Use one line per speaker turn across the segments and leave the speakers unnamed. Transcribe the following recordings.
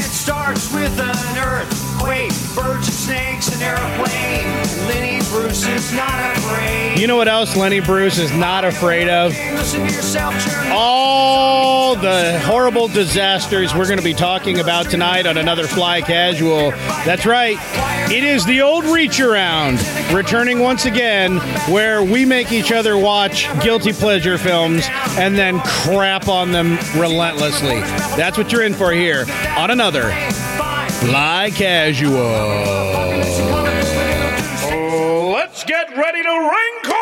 starts with an earthquake, birds and snakes, an airplane. Lenny Bruce is not afraid.
You know what else Lenny Bruce is not afraid of?
Listen to yourself, Jeremy.
All
Oh,
the horrible disasters we're going to be talking about tonight on another Fly Casual. That's right. It is the old reach around, returning once again, where we make each other watch guilty pleasure films and then crap on them relentlessly. That's what you're in for here on another Fly Casual.
Let's get ready to wrinkle!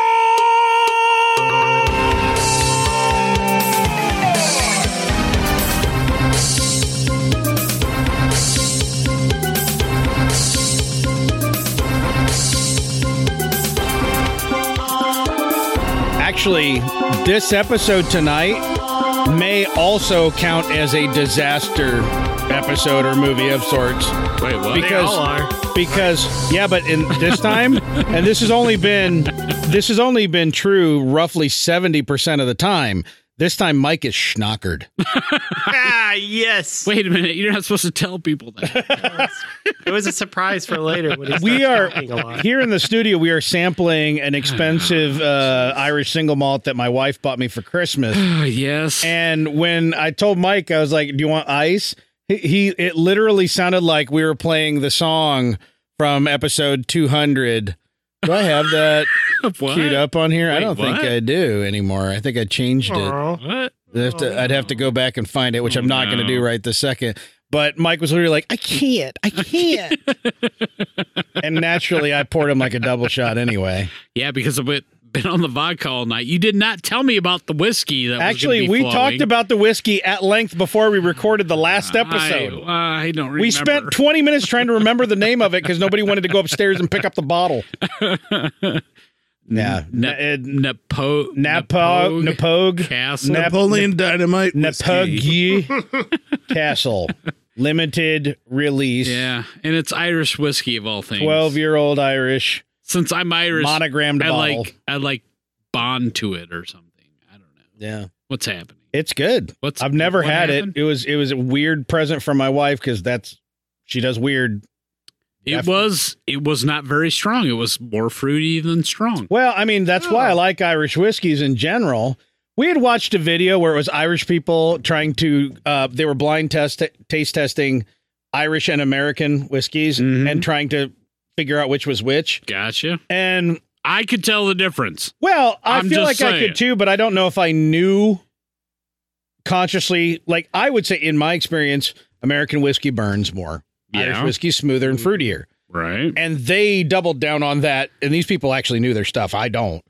Actually, this episode tonight may also count as a disaster episode or movie of sorts.
Wait, what?
Because, Because yeah, but in this time, and this has only been this has only been true roughly seventy percent of the time. This time, Mike is schnockered.
Ah, yes.
Wait a minute. You're not supposed to tell people that.
It was a surprise for later. When he
We
starts
are
talking a lot.
here in the studio. We are sampling an expensive uh, Irish single malt that my wife bought me for Christmas.
Oh, yes.
And when I told Mike, I was like, "Do you want ice?" He, he it literally sounded like we were playing the song from episode 200. Do I have that
what?
queued up on here? I
Wait,
don't
what?
think I do anymore. I think I changed it.
Aw.
What?
I'd have to, I'd have to go back and find it, which I'm not going to
no.
do right this second. But Mike was literally like, I can't, I can't. and naturally, I poured him like a double shot anyway.
Yeah, because I've been been on the vodka all night. You did not tell me about the whiskey that was gonna
Actually,
be
we
flowing.
talked about the whiskey at length before we recorded the last episode.
I, I don't remember.
We spent 20 minutes trying to remember the name of it because nobody wanted to go upstairs and pick up the bottle. yeah.
Na-
Napo,
Napo- uh, Napogue
Napogue,
Castle.
Nap-
Napoleon Dynamite. whiskey.
Napogue Castle, limited release.
yeah, and it's Irish whiskey of all things.
12 year old Irish
Since I'm Irish,
monogrammed
I
bottle.
like I like bond to it or something. I don't know
yeah.
what's happening.
It's good.
What's
I've never
what
had
happened?
it. It was it was a weird present from my wife because that's she does weird.
It
After-
was it was not very strong. It was more fruity than strong.
Well, I mean, that's
Oh.
why I like Irish whiskeys in general. We had watched a video where it was Irish people trying to uh, they were blind test taste testing Irish and American whiskeys
Mhm.
and trying to figure out which was which.
Gotcha.
And
I could tell the difference.
Well, I
I'm
feel
just
like I
saying.
could too, but I don't know if I knew consciously. Like I would say, in my experience, American whiskey burns more. Irish
Yeah.
whiskey smoother and fruitier,
Right.
and they doubled down on that. And these people actually knew their stuff. I don't.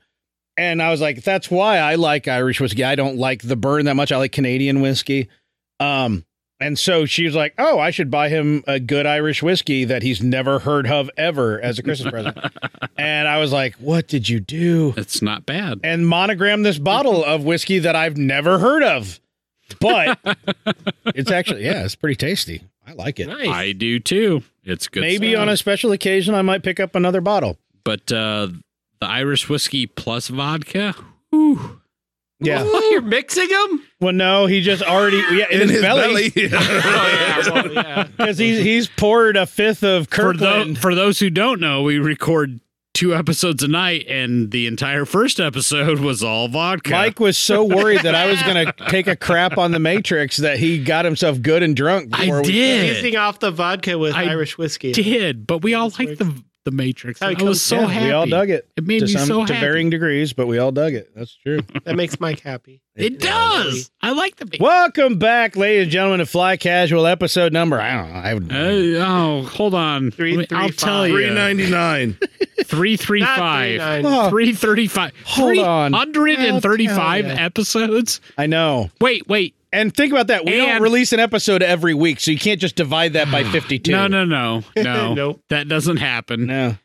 And I was like, that's why I like Irish whiskey. I don't like the burn that much. I like Canadian whiskey. Um, and so she was like, "Oh, I should buy him a good Irish whiskey that he's never heard of ever as a Christmas present." And I was like, "What did you do?"
It's not bad.
and monogram this bottle of whiskey that I've never heard of. But it's actually, yeah, it's pretty tasty. I like it.
Nice.
I do too. It's good.
Maybe
stuff.
on a special occasion, I might pick up another bottle.
but uh, the Irish whiskey plus vodka. Ooh.
Yeah.
You're mixing them?
Well, no, he just already, yeah, in, his, belly.
Oh, yeah. Well, yeah.
Because he's, he's poured a fifth of
For, tho-
Kirkland.
for those who don't know, we record two episodes a night, and the entire first episode was all vodka.
Mike was so worried that I was going to take a crap on the Matrix that he got himself good and drunk.
I
before we-
did,
Mixing off the vodka with
I
Irish whiskey.
did, but we all liked the the Matrix.
How it
I was
comes
so
down.
happy.
We all dug it.
It made
to
me
some,
so
to
happy.
varying degrees, but we all dug it. That's true.
That makes Mike happy.
It does. I like the.
Welcome back, ladies and gentlemen, to Fly Casual episode number. I don't know. I would,
Uh, oh, hold on.
Three,
Let me-
three,
I'll
five.
tell you.
Three ninety nine.
Three three
Not
five.
39.
Oh,
Three thirty five.
Hold on.
Hundred and thirty five
I'll tell ya.
episodes.
I know.
Wait, wait.
And think about that. We don't
And-
release an episode every week, so you can't just divide that by 52.
No, no, no, no.
Nope.
That doesn't happen.
No.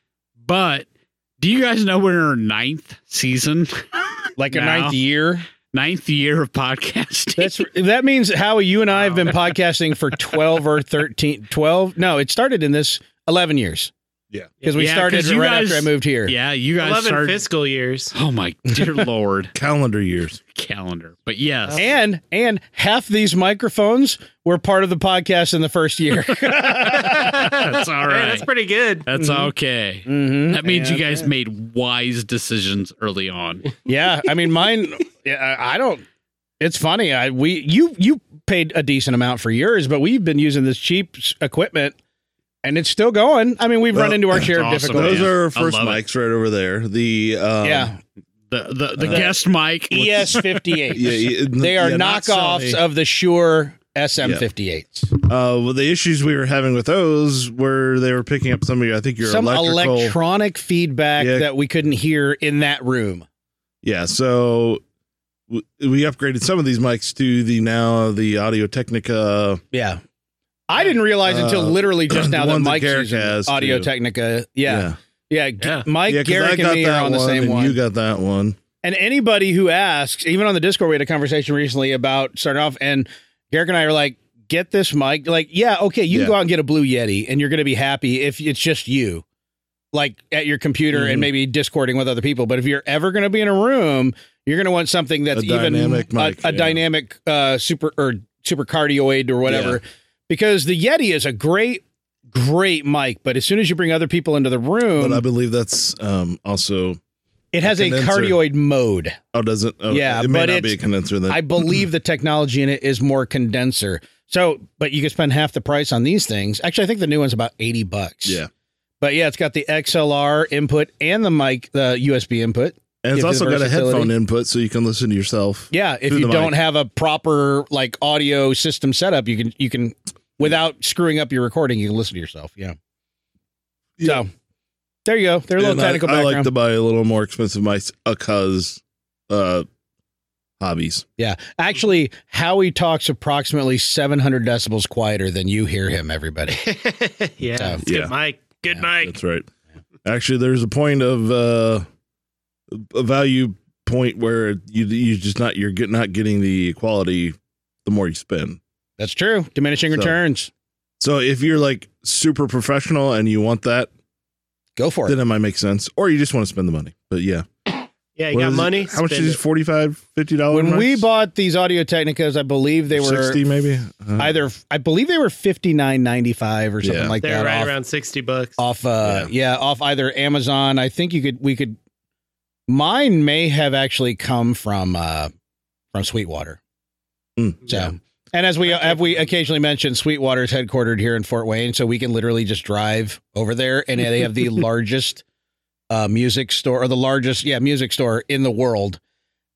But do you guys know we're in our ninth season,
Like a
No.
ninth year.
ninth year of podcasting?
That's That means, Howie, you and I have been podcasting for 12 or 13. 12? No, it started in this 11 years.
Yeah.
because we
Yeah,
started
'cause
it
you
right
guys-
after I moved here.
Yeah, you guys
11
started.
fiscal years.
oh my dear lord,
Calendar years.
calendar. But yes,
And and half these microphones were part of the podcast in the first year. Mm-hmm.
that's all
Hey,
right. Uh,
that's pretty good.
That's okay. That means you guys made wise decisions early on.
yeah, I mean mine. Yeah, I I don't. It's funny. I we you you paid a decent amount for yours, but we've been using this cheap s- equipment, and it's still going. I mean, we've run
Well,
into our share of
awesome,
difficulties.
Those
man.
are our
I
first
love it.
mics right over there. The um,
Yeah,
The the,
Uh,
the guest mic.
ES fifty eight.
yeah, yeah, n-
They are
yeah, not
knockoffs
Sony.
of the Shure SM fifty eights.
Uh, well, the issues we were having with those were they were picking up some of your, I think your
Some
electrical.
electronic feedback
Yeah.
that we couldn't hear in that room.
yeah, so w- we upgraded some of these mics to the now the Audio Technica.
Yeah. I didn't realize until
Uh,
literally just
the
now that
ones that
Mike's
Garrick
using
has,
Audio
too.
Technica. Yeah. Yeah. G-
Yeah.
Mike,
yeah, 'cause
Garrick, and me are on the
one
same
and
one.
You got that one.
and anybody who asks, even on the Discord, we had a conversation recently about starting off, and Garrick and I are like, get this mic. Like, yeah, okay, you
Yeah.
can go out and get a Blue Yeti, and you're going to be happy if it's just you, like at your computer and
Mhm.
maybe discording with other people. But if you're ever going to be in a room, you're going to want something that's
A
even
dynamic
a,
mic,
a
yeah.
dynamic uh, super or super cardioid or whatever. Because the Yeti is a great, great mic, but as soon as you bring other people into the
But
room,
I believe that's um, also
it has a
condenser.
cardioid mode.
oh doesn't oh,
Yeah,
it may
but
not be
it's-
a condenser then.
I believe the technology in it is more condenser. So, but you can spend half the price on these things. Actually, I think the new one's about 80 bucks.
yeah,
But yeah, it's got the XLR input and the mic, the USB input. Give
and it's
you
also
the
got a
versatility.
headphone input, so you can listen to yourself.
Yeah, if
Through
you
the
don't
mic.
have a proper like audio system setup, you can you can without screwing up your recording, you can listen to yourself, yeah.
Yeah.
So, there you go. They're a little
And
technical
I, I like
background.
to buy a little more expensive mics because uh, hobbies.
yeah. Actually, Howie talks approximately 700 decibels quieter than you hear him, everybody.
yeah.
So-
it's
Yeah.
Good Mike. Good
Yeah.
Mike.
That's right. Actually, there's a point of uh, a value point where you you just not you're get, not getting the quality the more you spend.
That's true. Diminishing
So-
returns.
So if you're like super professional and you want that,
Go for it.
then it might make sense. Or you just want to spend the money. But yeah,
Yeah, you
What
got
is it?
money?
How much
Spend
is
it.
45 50 dollars?
when we bought these audio technicas i believe they were
60 maybe. Uh,
either i believe they were 59.95 or something
Yeah.
like
They're
that
right
off,
around 60 bucks.
off uh yeah. off either amazon i think you could we could mine may have actually come from uh from sweetwater
Mm.
so and as we have we occasionally mentioned sweetwater's headquartered here in fort wayne so we can literally just drive over there and they have the largest uh music store or the largest yeah music store in the world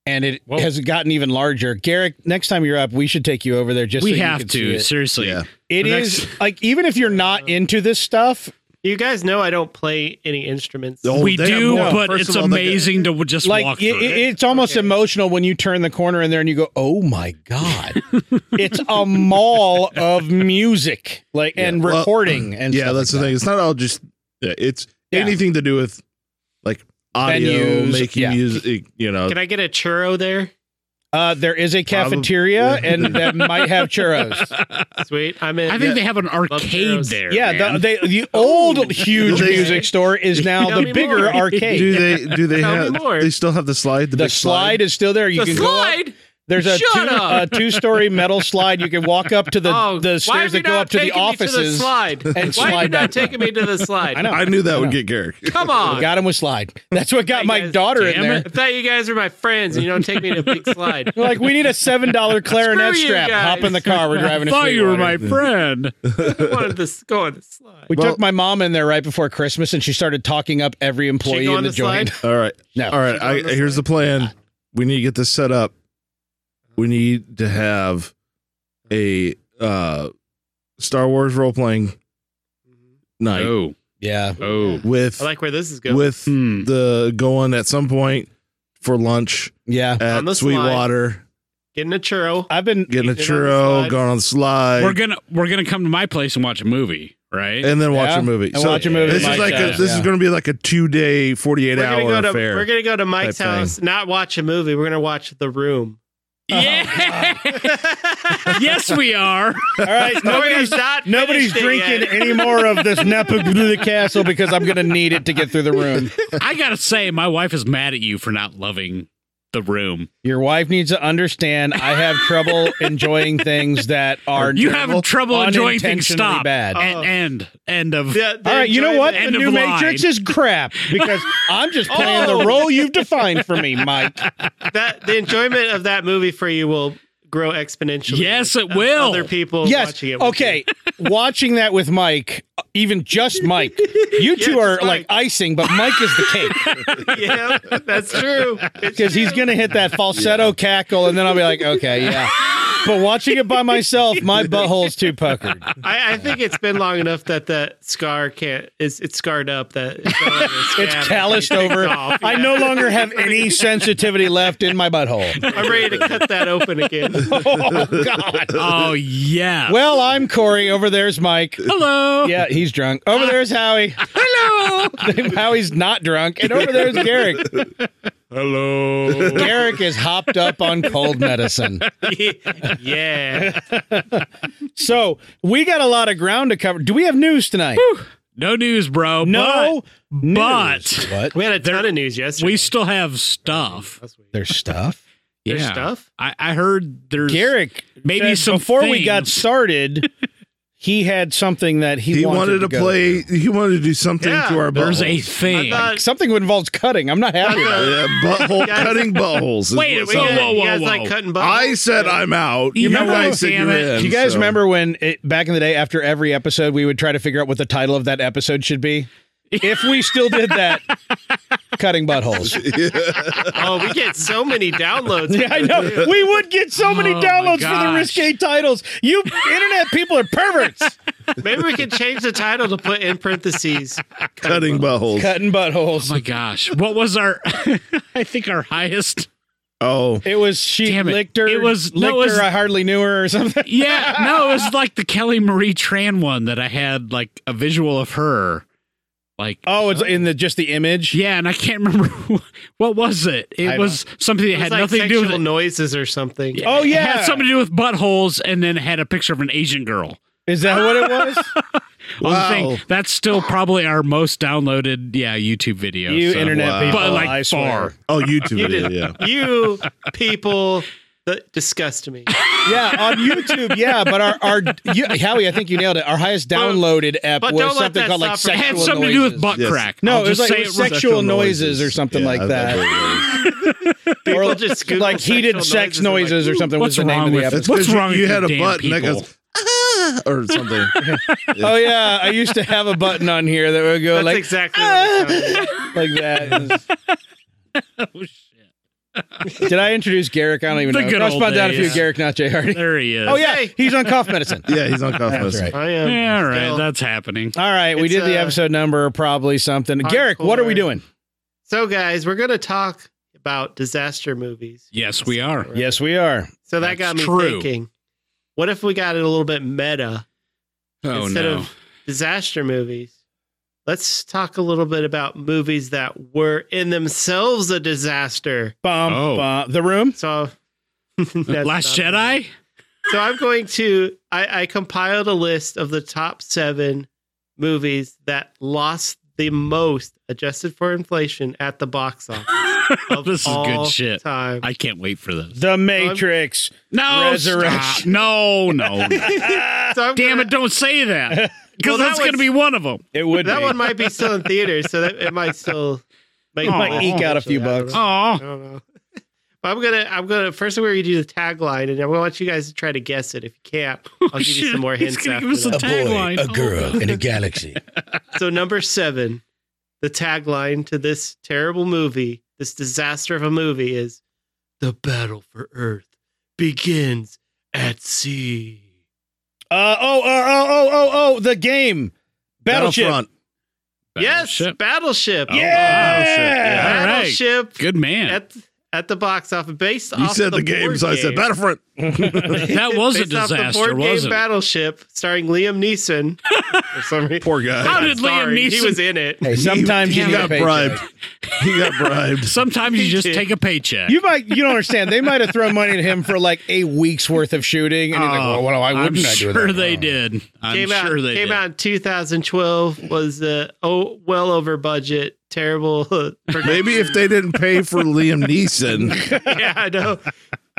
and it
Whoa.
has gotten even larger. Garrick, next time you're up, we should take you over there. Just
we
so you
have
can see
to
it.
seriously.
Yeah.
It
The
is
next- Uh,
like even if you're not into this stuff,
You guys know I don't play any instruments.
Oh,
we
they have
do,
more.
but
First
it's
of all, they get-
amazing to just walk
like it,
through it.
it- it's almost emotional when you turn the corner in there and you go, "Oh my god, it's a mall of music, like and
Yeah. Well,
recording and
yeah,
stuff like
that's the
that.
thing. It's not all just yeah, it's
Yeah.
anything to do with like audio,
Venues,
making
yeah.
music, you know.
Can I get a churro there?
Uh, there is a
Probably-
cafeteria and that might have churros.
Sweet. I'm in.
I think they have an arcade
arrows.
there.
Yeah, the,
man.
they, the old huge
Do Oh. they-
music store is now
Tell
the
me
bigger
more.
arcade.
do they do they
Tell me
have
more.
they still have the slide the,
the
big
slide is still there. You
The
can go. Up.
slide?
There's a
Shut
two,
up.
a two-story metal slide. You can walk up to the,
oh, why
the
are
stairs
you
that go
not
up to the
taking me
offices.
To the slide.
and
why are
slide
you
back.
not taking me to the slide?
I know.
I knew that
Yeah.
would get Garrick.
Come on.
Got him with slide. That's what got
Hey,
my
guys,
daughter in
damn
there.
it.
I thought you guys were my friends and you don't take me to a big slide.
They're Like we need a seven dollar clarinet
Screw you
strap.
guys.
Hop in the car. We're driving. to
I thought you were
Sweetwater.
my friend.
I wanted to go on the slide.
We
Well-
took my mom in there right before Christmas, and she started talking up every employee
go
in
on
the,
the slide?
joint.
All right.
No.
All right. I,
the
here's the plan. We need to get this set up. We need to have a uh Star Wars role playing night
Oh,
Yeah,
oh,
with
I like where this is going.
with
Hmm.
Mm. the going at some point for lunch
yeah.
at
On the slide.
Sweetwater.
Getting a churro.
I've been.
Getting a
Get on the
churro,
slide.
going on the slide.
we're gonna we're gonna come to my place and watch a movie, right?
and then watch
Yeah,
a movie.
and watch a movie
This
like
is like
that,
a, this
yeah.
is going to be like a two day, forty eight
We're gonna,
hour
go to,
affair.
we're gonna go to Mike's
type thing.
house, not watch a movie. We're gonna watch The Room.
yeah. yes, we are.
All right, nobody's
not
nobody's
finished it
drinking any more of this Nepa Castle because I'm going to need it to get through the room.
I gotta say, my wife is mad at you for not loving the room.
Your wife needs to understand I have trouble enjoying things that are
You have trouble enjoying things.
unintentionally
Stop.
bad.
And end. End of.
Yeah, they
All right, you know
enjoy
what?
it.
The
End
new
of line. Oh.
Matrix is crap because I'm just playing the role you've defined for me, Mike.
That the enjoyment of that movie for you will grow exponentially.
Yes,
with,
it
uh,
will.
Other people
Yes.
watching it. with
Okay. watching that with Mike, even just Mike, you two
Yeah,
are
just
like
Mike.
icing, but Mike is the cake
you. Yeah, that's true. It's
because he's going to hit that falsetto cackle, and then I'll be like, okay, yeah. But watching it by myself, my butthole's too puckered.
I, I think it's been long enough that that scar can't. It's, it's scarred up. That it's, no longer a
It's
scab.
calloused over.
off,
I
yeah.
no longer have any sensitivity left in my butthole.
I'm ready to cut that open again.
Oh God.
Oh yeah.
Well, I'm Corey. Over there's Mike.
hello.
Yeah, he's drunk. Over there's Howie.
Hello.
Howie's not drunk. And over there's Garrick.
Hello.
Garrick is hopped up on cold medicine.
yeah.
So we got a lot of ground to cover. Do we have news tonight?
No news, bro.
no,
but-
news.
We
what?
had a ton of news
but
yesterday.
we still have stuff.
There's stuff.
There's stuff?
I, I heard there's
Garrick,
Maybe
said
some
before we got
things.
started, he had something that he,
He wanted,
to,
to
go
play. He wanted to do something
Yeah,
to our
there's a
butthole.
thing.
I thought-
Something involves cutting. I'm not happy. about it.
Yeah, butthole cutting buttholes. is
Wait,
what's
wait,
up.
wait. Whoa,
you
whoa,
guys
whoa.
like cutting buttholes?
I said uh, I'm out.
You
You,
know what?
guys said
Damn
you're
it.
in.
Do you guys
so-
remember when it, back in the day, after every episode, we would try to figure out what the title of that episode should be? If we still did that, cutting buttholes.
Oh, we get so many downloads.
Yeah, I know. We would get so many
Oh, my
downloads for the
gosh.
risque titles. You internet people are perverts.
Maybe we could change the title to put in parentheses.
cutting buttholes?
Cutting buttholes.
oh my gosh. What was our I think our highest
Oh,
It was she
Damn it.
licked her.
It was- no,
licked
it was-
her. I hardly knew her or something.
Yeah, no, it was like the Kelly Marie Tran one that I had like a visual of her. Like
Oh, it's in the just the image.
yeah, and I can't remember what was it. It
I
was something that
It
had
had like
nothing to do with it.
noises or something.
Oh
It
yeah.
had something to do with buttholes, and then it had a picture of an Asian girl.
Is that what it was?
on the
Wow.
thing. That's still probably our most downloaded, yeah, YouTube video.
you
so.
internet
Wow.
people.
But, like,
I swear.
far.
oh, YouTube
You
video.
did-
Yeah.
You people that disgust me.
Yeah, on YouTube. Yeah, but our our you, Howie, I think you nailed it. Our highest downloaded app
but
was
don't let
something
that
called like
stop
It
her.
sexual
had something to do with
noises.
butt
Yes.
crack.
No,
I'll
it was
just
like
say
it was
right-
sexual noises or something like
I-
that.
that's what it is.
or
People just Google
like heated
sexual
sex
noises and, like,
noises, or something
what's
was the name
wrong
of the
with
episode.
That's
What's
'cause you-
wrong with
You
you
had a
damn
button that
people?
goes ah, or something.
Oh yeah, I used to have a button on here that would go
That's
like
exactly
"Ah!"
what it sounds
like that. Did I introduce Garrick? I don't even
The
know.
good
Cross
old
Pod down a
days.
few Garrick, not Jay Hardy.
There he is.
Oh yeah,
Hey.
he's on cough medicine.
yeah, he's on cough
That's
medicine.
right.
I am.
Yeah, all right,
still-
that's happening.
All right, we
It's,
did the
uh,
episode number, probably something. Garrick, what are we
hardcore.
doing?
So, guys, we're going to talk about disaster movies.
Yes, we are.
Yes, we are.
So
That's
that got me
true.
thinking. What if we got it a little bit meta
Oh
instead
no.
of disaster movies? Let's talk a little bit about movies that were in themselves a disaster.
Bum,
Oh.
bum. The room.
So, that's
Last
not-
Jedi?
So I'm going to. I, I compiled a list of the top seven movies that lost the most, adjusted for inflation, at the box office. of
this is
all
good shit.
Time.
I can't wait for this.
The Matrix.
No, stop.
Resurrection.
no, no. no.
So I'm
Damn
gonna-
it! Don't say that
Well,
because
that
that's going to
one's-
be one of them.
It would
That
be.
one might be still in theaters, so that it might still make
It might
the list,
eke out a few
actually. I don't
bucks.
know.
Oh,
I don't know. But I'm gonna, I'm gonna. First, we're gonna do the tagline, and I want you guys to try to guess it. If you can't, I'll give you
Oh, shit.
some more
He's
hints.
gonna
after
give us a
that.
tagline. Oh,
in a galaxy.
So number seven, the tagline to this terrible movie, this disaster of a movie is the battle for Earth begins at sea.
Uh, oh, oh, oh, oh, oh, oh, the game. Battleship.
Yes,
Battleship.
battleship.
Yeah.
All right.
Battleship
Good man.
at at the box office based
You
off
said
the,
the, games.
board
I
game.
said Battlefront.
That was a
Based off the
disaster,
board game
wasn't it?
Battleship starting Liam Neeson. for some reason.
Poor guy.
How did
Sorry,
Liam Neeson?
He was in it.
Hey, sometimes
he,
you
got
got
bribed? He got bribed.
Sometimes you just
did.
take a paycheck.
You might you don't understand. They might have thrown money at him for like a week's worth of shooting, and he's like, "Well, well, why
Oh, I'm
wouldn't I do
sure
that?"
they
Oh.
did. I'm
came
sure
out
they
came
did.
out in 2012 was uh, oh well over budget terrible production.
Maybe if they didn't pay for Liam Neeson,
yeah I know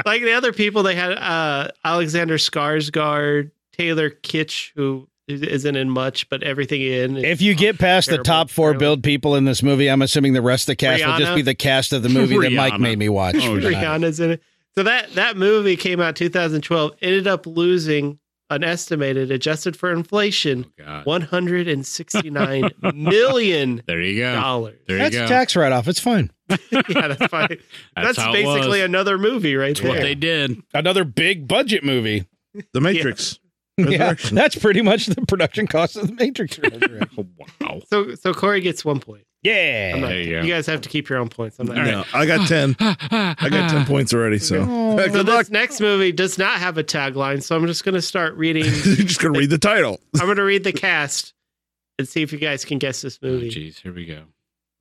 like the other people they had uh Alexander Skarsgård Taylor Kitsch who isn't in much but everything in
If you get past the
Terrible,
top four
terrible.
build people in this movie, I'm assuming the rest of the cast will just
Rihanna.
be the cast of the movie that Mike
Rihanna.
made me watch.
Oh,
for tonight.
Rihanna's in it so that that movie came out 2012 ended up losing an estimated adjusted for inflation
Oh, God.
169 million
There you go.
dollars
There you
That's
go.
a tax write off. It's fine.
yeah that's fine
That's
that's,
how it
basically
was.
another movie right
That's
there
what they did.
Another big budget movie.
The Matrix.
Yeah,
Resurrection.
that's pretty much the production cost of the Matrix. Resurrection.
Wow.
So so Corey gets one point.
yeah.
I'm not,
there you
you,
go.
guys have to keep your own points. I'm not.
All right. Ah.
No, I got ten. I got ten points already. So
Oh.
good
So
luck.
this next movie does not have a tagline, so I'm just gonna start reading.
You're just gonna read the title.
I'm gonna read the cast and see if you guys can guess this
Oh,
movie.
Jeez, here we go.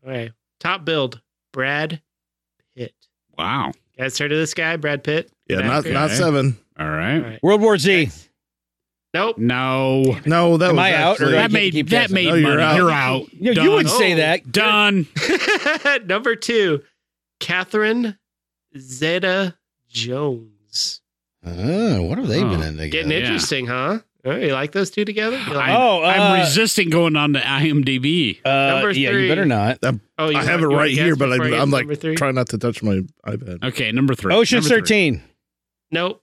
All right, top build: Brad Pitt.
Wow.
You guys heard of this guy, Brad Pitt?
Yeah,
Good
not
actor.
not
Okay.
seven.
All
All
Mm.
right.
right.
World War Z.
Nope.
No.
No, that
Am
was
I out, or
actually-
do I
That
get to
made
keep
that
guessing?
made
No, you're
money.
out.
You're out.
You,
Done.
you would say
Oh.
that.
Done.
Number two: Catherine Zeta Jones.
Oh, what have they been
Oh,
in together?
Getting
Yeah.
interesting, huh? All right, you like those two together? You like-
I-
Oh, uh,
I'm resisting going on to IMDb.
uh,
Number
Yeah, you
three.
better not.
oh, you
I
want-
have it
you wanna
right
guess
here, but
before
I'm,
get
I'm
to
like
number three?
trying not to touch my iPad.
Okay, number three.
Ocean's
Number three.
13.
Nope.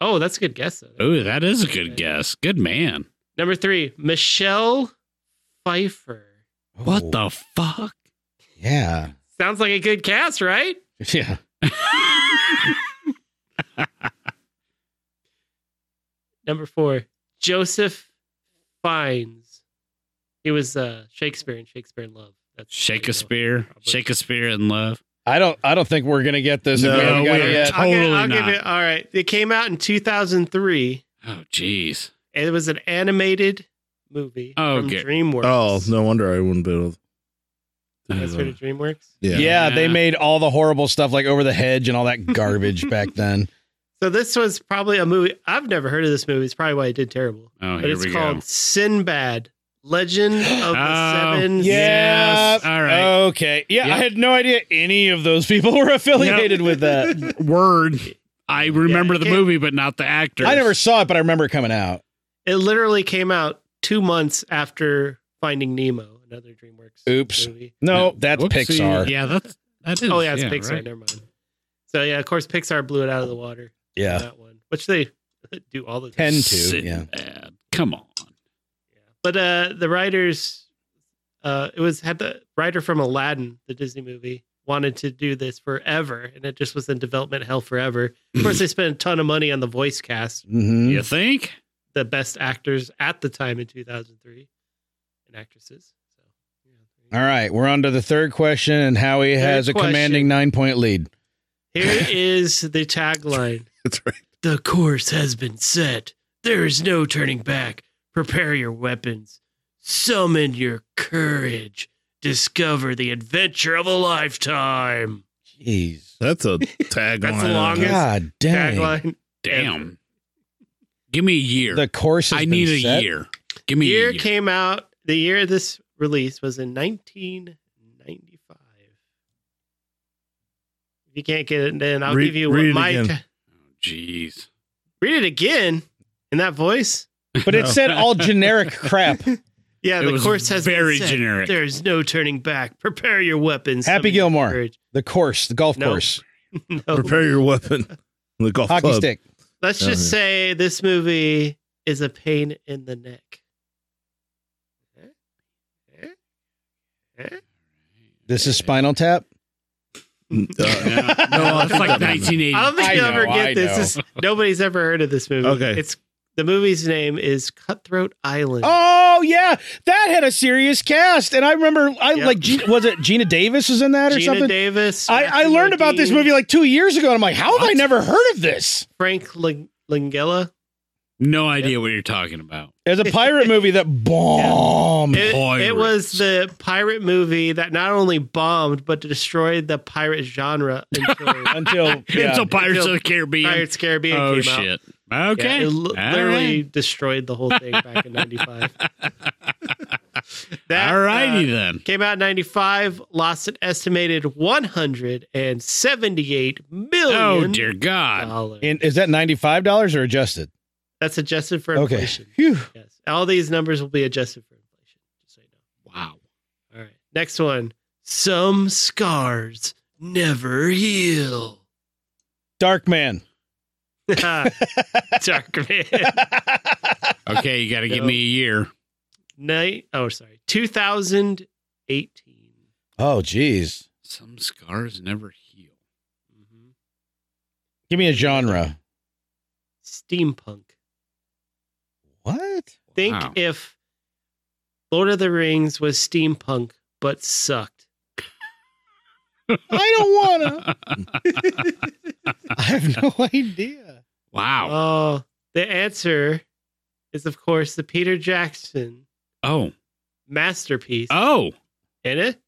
Oh, that's a good guess. Though.
Ooh, that is a good guess. Good man.
Number three, Michelle Pfeiffer.
What
Oh,
the fuck?
Yeah.
Sounds like a good cast, right?
Yeah.
Number four, Joseph Fiennes. He was uh, Shakespeare in Shakespeare in Love. That's
Shakespeare. Shakespeare in love.
I don't. I don't think we're gonna get this.
No,
we haven't
we
got it
are
yet.
t-
I'll,
Totally
give, I'll
not.
give it. All right, it came out in 2003,
Oh, jeez.
and it was an animated movie
Okay.
from DreamWorks.
Oh, no wonder I wouldn't be able. To
You guys heard of DreamWorks?
yeah.
yeah.
they
Yeah.
made all the horrible stuff like over the hedge and all that garbage back then.
So this was probably a movie I've never heard of. This movie. It's probably why it did terrible.
Oh,
but
here
it's
we
called
go.
Sinbad, Legend of the
Oh,
Seven.
Yes.
Yeah.
All right.
Okay. Yeah,
Yep.
I had no idea any those people were affiliated with
uh,
that.
Word. I remember
it
the
came-
movie, but not the actor.
I never saw it, but I remember it coming out.
It literally came out two months after Finding Nemo, another DreamWorks
Oops.
movie.
No, that's
Whoopsie.
Pixar. Yeah.
Yeah, that's that is.
Oh yeah, it's Pixar.
right.
Never mind. So yeah, of course Pixar blew it out of the water. on that one, which they do all the time.
Ten to.
Sit
Yeah.
bad. Come on.
But uh, the writers, uh, it was had the writer from Aladdin, the Disney movie, wanted to do this forever, and it just was in development hell forever. Of course, they spent a ton of money on the voice cast,
hmm
You think?
the best actors at the time in 2003, and actresses. So yeah.
All right, we're on to the third question, and Howie has a
question.
commanding nine point lead.
Here is the tagline.
That's right.
The course has been set. There is no turning back. Prepare your weapons. Summon your courage. Discover the adventure of a lifetime.
Jeez.
That's a tagline.
That's the longest-
God dang.
Tagline.
Damn. Give me a year.
The course has
I
been
need a
set?
year. Give me
Year
a year.
came out. The year this release was in 1995. If you can't get it, then I'll
Read-
give you
read
what my.
it again.
ta-
Jeez.
read it again in that voice.
But it said all generic crap.
Yeah,
It
the
was
course has
very
been set.
generic.
There is no turning back. Prepare your weapons.
Happy
Summon your
Gilmore.
courage.
The course, the golf
No.
course,
No.
Prepare your weapon. The golf
hockey
club.
stick.
Let's
Oh,
just say this movie is a pain in the neck.
This is Spinal Tap.
Uh,
Yeah. No, it's like 1980.
I don't think
I
you'll
know,
ever
I
get this.
know.
This- Nobody's ever heard of this movie.
Okay.
It's The movie's name is Cutthroat Island.
Oh yeah, that had a serious cast, and I remember I
Yep.
like Ge- was it Gina Davis was in that or
Gina
something?
Davis.
I, I
Matthew
learned about this
Modine,
movie like two years ago, and I'm like, how have I never heard of this?
Frank Ling- Langella.
No idea what you're talking about.
It's a pirate movie that bombed.
It, it
Pirates.
was the pirate movie that not only bombed but destroyed the pirate genre until
until yeah.
Until Pirates of the
Until
Caribbean.
Pirates Caribbean
oh
came out.
shit.
Yeah,
Okay.
it li-
All
literally
right.
destroyed the whole thing back in '95.
All righty then.
Came out in 95, lost an estimated 178 million.
Oh dear God.
dollars.
And is that ninety five dollars or adjusted?
That's adjusted for
Okay.
inflation.
Phew.
Yes. All these numbers will be adjusted for inflation, just so you know.
Wow.
All right. Next one. Some scars never heal.
Dark Man.
Dark man.
Okay, you got to give me a year.
Night. Oh, sorry. 2018.
oh geez.
Some scars never heal.
Mhm.
Give me a genre.
Steampunk.
What?
Think
Wow.
if Lord of the Rings was steampunk but sucked.
I don't wanna. I have no idea.
Wow.
Oh, the answer is, of course, the Peter Jackson
Oh.
masterpiece.
Oh.
In it?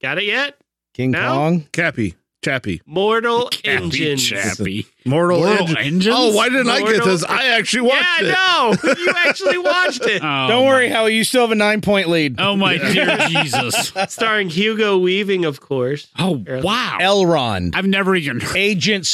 Got it yet?
King
No?
Kong.
Cappy, Chappy,
Mortal
Happy
Engines.
Chappy.
Mortal,
Mortal
Engine.
Engines?
Oh, why didn't I get
Mortal-
this? I actually
Yeah,
watched it.
no, you actually watched it.
Oh,
don't worry,
my-
Howie. You still have a nine point lead.
Oh my dear Jesus.
Starring Hugo Weaving, of course.
Oh
Or-
wow.
Elrond.
I've never even heard
Agent
this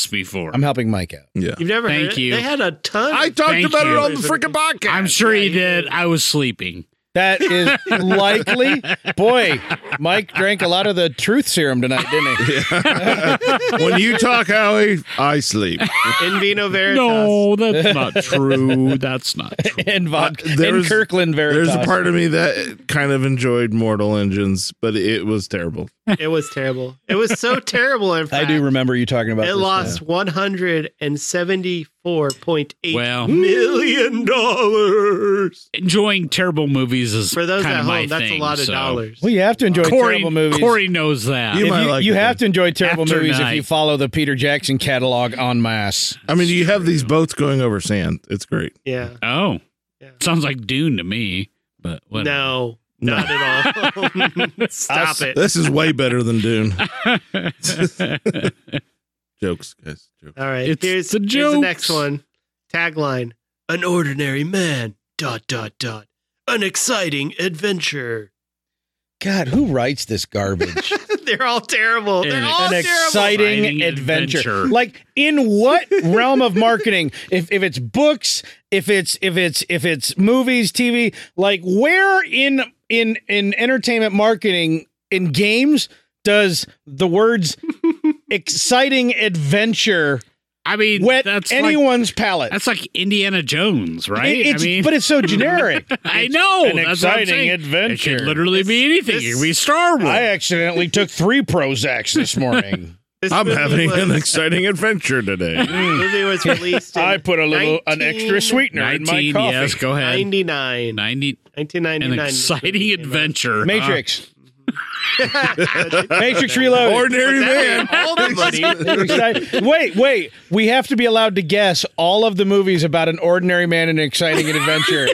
Smith.
before.
I'm helping Mike out.
Yeah.
You've never
Thank
heard it?
you.
They had a ton.
I
of-
talked
Thank
about
you.
it on the freaking podcast.
I'm sure he
Yeah, you
did. I was sleeping.
That is likely. Boy, Mike drank a lot of the truth serum tonight, didn't he?
when you talk, Howie, I sleep.
In Vino Veritas.
No, that's not true. That's not true.
And vodka.
Uh,
and
there's-
Kirkland Veritas.
There's a part of me that kind of enjoyed Mortal Engines, but it was terrible.
It was terrible. It was so terrible. In
I
fact,
do remember you talking about this
It
uh,
lost one hundred and seventy-four point eight
Well.
million dollars.
Enjoying terrible movies is
For those
kind
at
of my
home, that's
thing,
a lot of
so.
dollars.
Well, you have to enjoy
Corey,
terrible movies.
Corey knows that.
If
You might
you,
like
you
it,
have to enjoy terrible
After
movies if
night.
you follow the Peter Jackson catalog en masse.
I mean, you have these boats going over sand. It's great.
yeah.
oh,
Yeah.
sounds like Dune to me. But whatever.
No, not at all. Stop it.
This is way better than Dune. jokes, guys. Jokes.
All right.
It's
here's,
the
here's the next
jokes.
one. Tagline An ordinary man. Dot, dot, dot. An exciting adventure.
God, who writes this garbage?
They're all terrible. They're
An
all
an
terrible.
exciting
Exciting
adventure.
adventure.
Like in what realm of marketing? If if it's books, if it's if it's if it's movies, TV, like where in in in entertainment marketing in games does the words exciting adventure
I mean
wet
that's like,
anyone's palate?
that's like Indiana Jones, right?
It- it's-
I mean,
but it's so generic.
I know
an
that's what I'm
exciting
saying. It
adventure.
could literally be anything. it could be Star Wars.
I accidentally took three Prozacs this morning.
This
I'm
movie
having
was,
an exciting adventure today.
The movie was released. In
I put a little an extra sweetener in my
19,
coffee.
yes, go ahead.
99.
90, an
1999.
exciting adventure.
Matrix. Matrix Reloaded.
Ordinary man.
All the money.
Exci- wait, wait. We have to be allowed to guess all of the movies about an ordinary man and an exciting adventure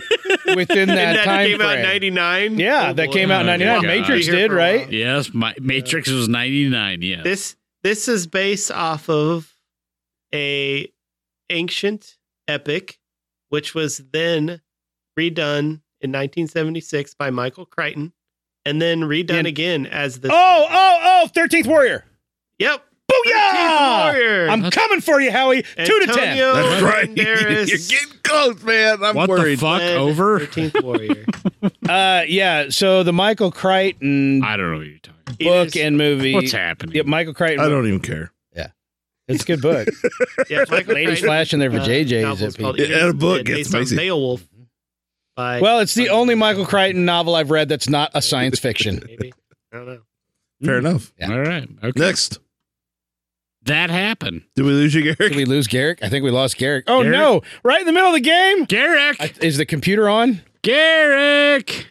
within that,
And that
time
came out in
frame.
99.
yeah,
Oh,
that
boy.
came out in
Oh,
99.
God.
Matrix
Be here
did,
for a while.
right?
Yes, my, Matrix was 99, yes.
This this is based off of a ancient epic, which was then redone in 1976 by Michael Crichton, and then redone
In-
again as the
Oh, oh, oh, 13th Warrior.
yep
Booyah!
Warrior.
I'm coming for you, Howie. Two to ten.
Antonio
That's right.
Banderas.
You're getting close, man. I'm
what
worried.
the fuck?
led
Over?
13th Warrior
Uh, yeah, so the Michael Crichton
I don't know what you're talking about.
It
book
is-
and movie.
What's happening?
Yeah, Michael Crichton.
I don't even care.
It's a good book.
yeah, Michael
Ladies
Crichton,
flashing their
uh,
JJ's
novel
at
is called
people.
Yeah, a book,
It's
it's
based on
amazing.
Beowulf by
Well, it's the only Michael Crichton novel I've read that's not a science fiction.
maybe I don't know
Hmm. Fair enough.
Yeah.
All right. Okay.
Next.
that happen?
Did we lose you,
Did
Garrick?
we lose Garrick? I think we lost Garrick. Oh
Garrick?
no! Right in the middle of the game.
Garrick,
I- Is the computer on?
Garrick,
Did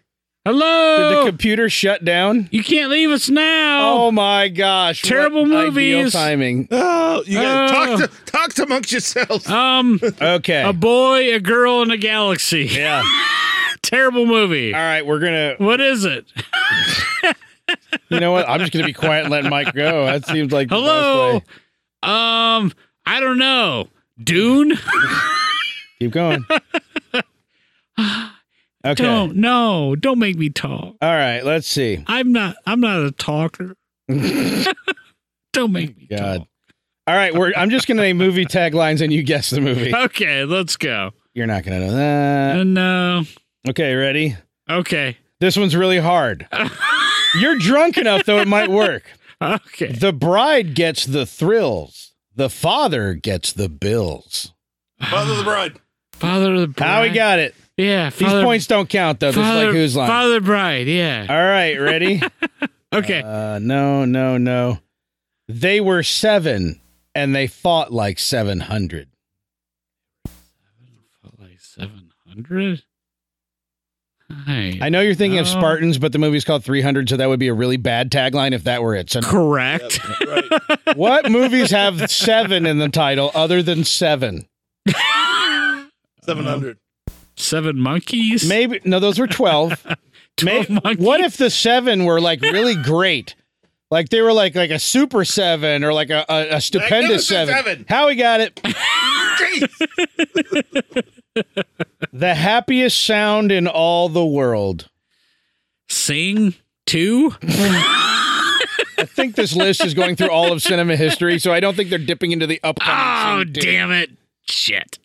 the
hello.
computer shut down?
you can't leave us now.
Oh, my gosh! what
Terrible
ideal
movies.
timing.
Oh, you guys
Oh.
talk to talk to amongst yourselves.
Um,
Okay.
a boy, a girl, and a galaxy.
yeah.
Terrible movie.
All right, we're gonna.
What is it?
You know what? I'm just gonna be quiet and let Mike go. That seems like the best
Hello.
way.
Um, I don't know. Dune.
Keep going. Okay.
Don't no. Don't make me talk.
All right. Let's see.
I'm not. I'm not a talker. don't make me
God. All right. We're. I'm just gonna name movie taglines and you guess the movie.
talk. Okay, let's go.
You're not gonna know that.
And uh,
Okay. Ready?
okay,
This one's really hard. You're drunk enough though it might work.
okay.
The bride gets the thrills. The father gets the bills.
Father of the bride.
Father of the bride.
How we got it?
Yeah.
These
Father,
points don't count though. Just
Father,
like who's line.
Father bride. Yeah.
All right. Ready?
Okay.
Uh, no, no, no. They were seven and they fought like 700.
like seven hundred. Hi.
I know you're thinking of
No.
Spartans, but the movie's called 300, so that would be a really bad tagline if that were it. So,
Correct.
what movies have seven in the title other than seven?
Seven hundred.
Seven monkeys.
Maybe, no, those were 12.
12
May-
monkeys.
what if the seven were like really great? Like they were like like a super seven or like a, a, a stupendous
Magnificent
seven.
seven.
How we got it? the happiest sound in all the world.
Sing two.
I think this list is going through all of cinema history, so I don't think they're dipping into the upcoming.
Oh
scene, too.
damn it! Shit.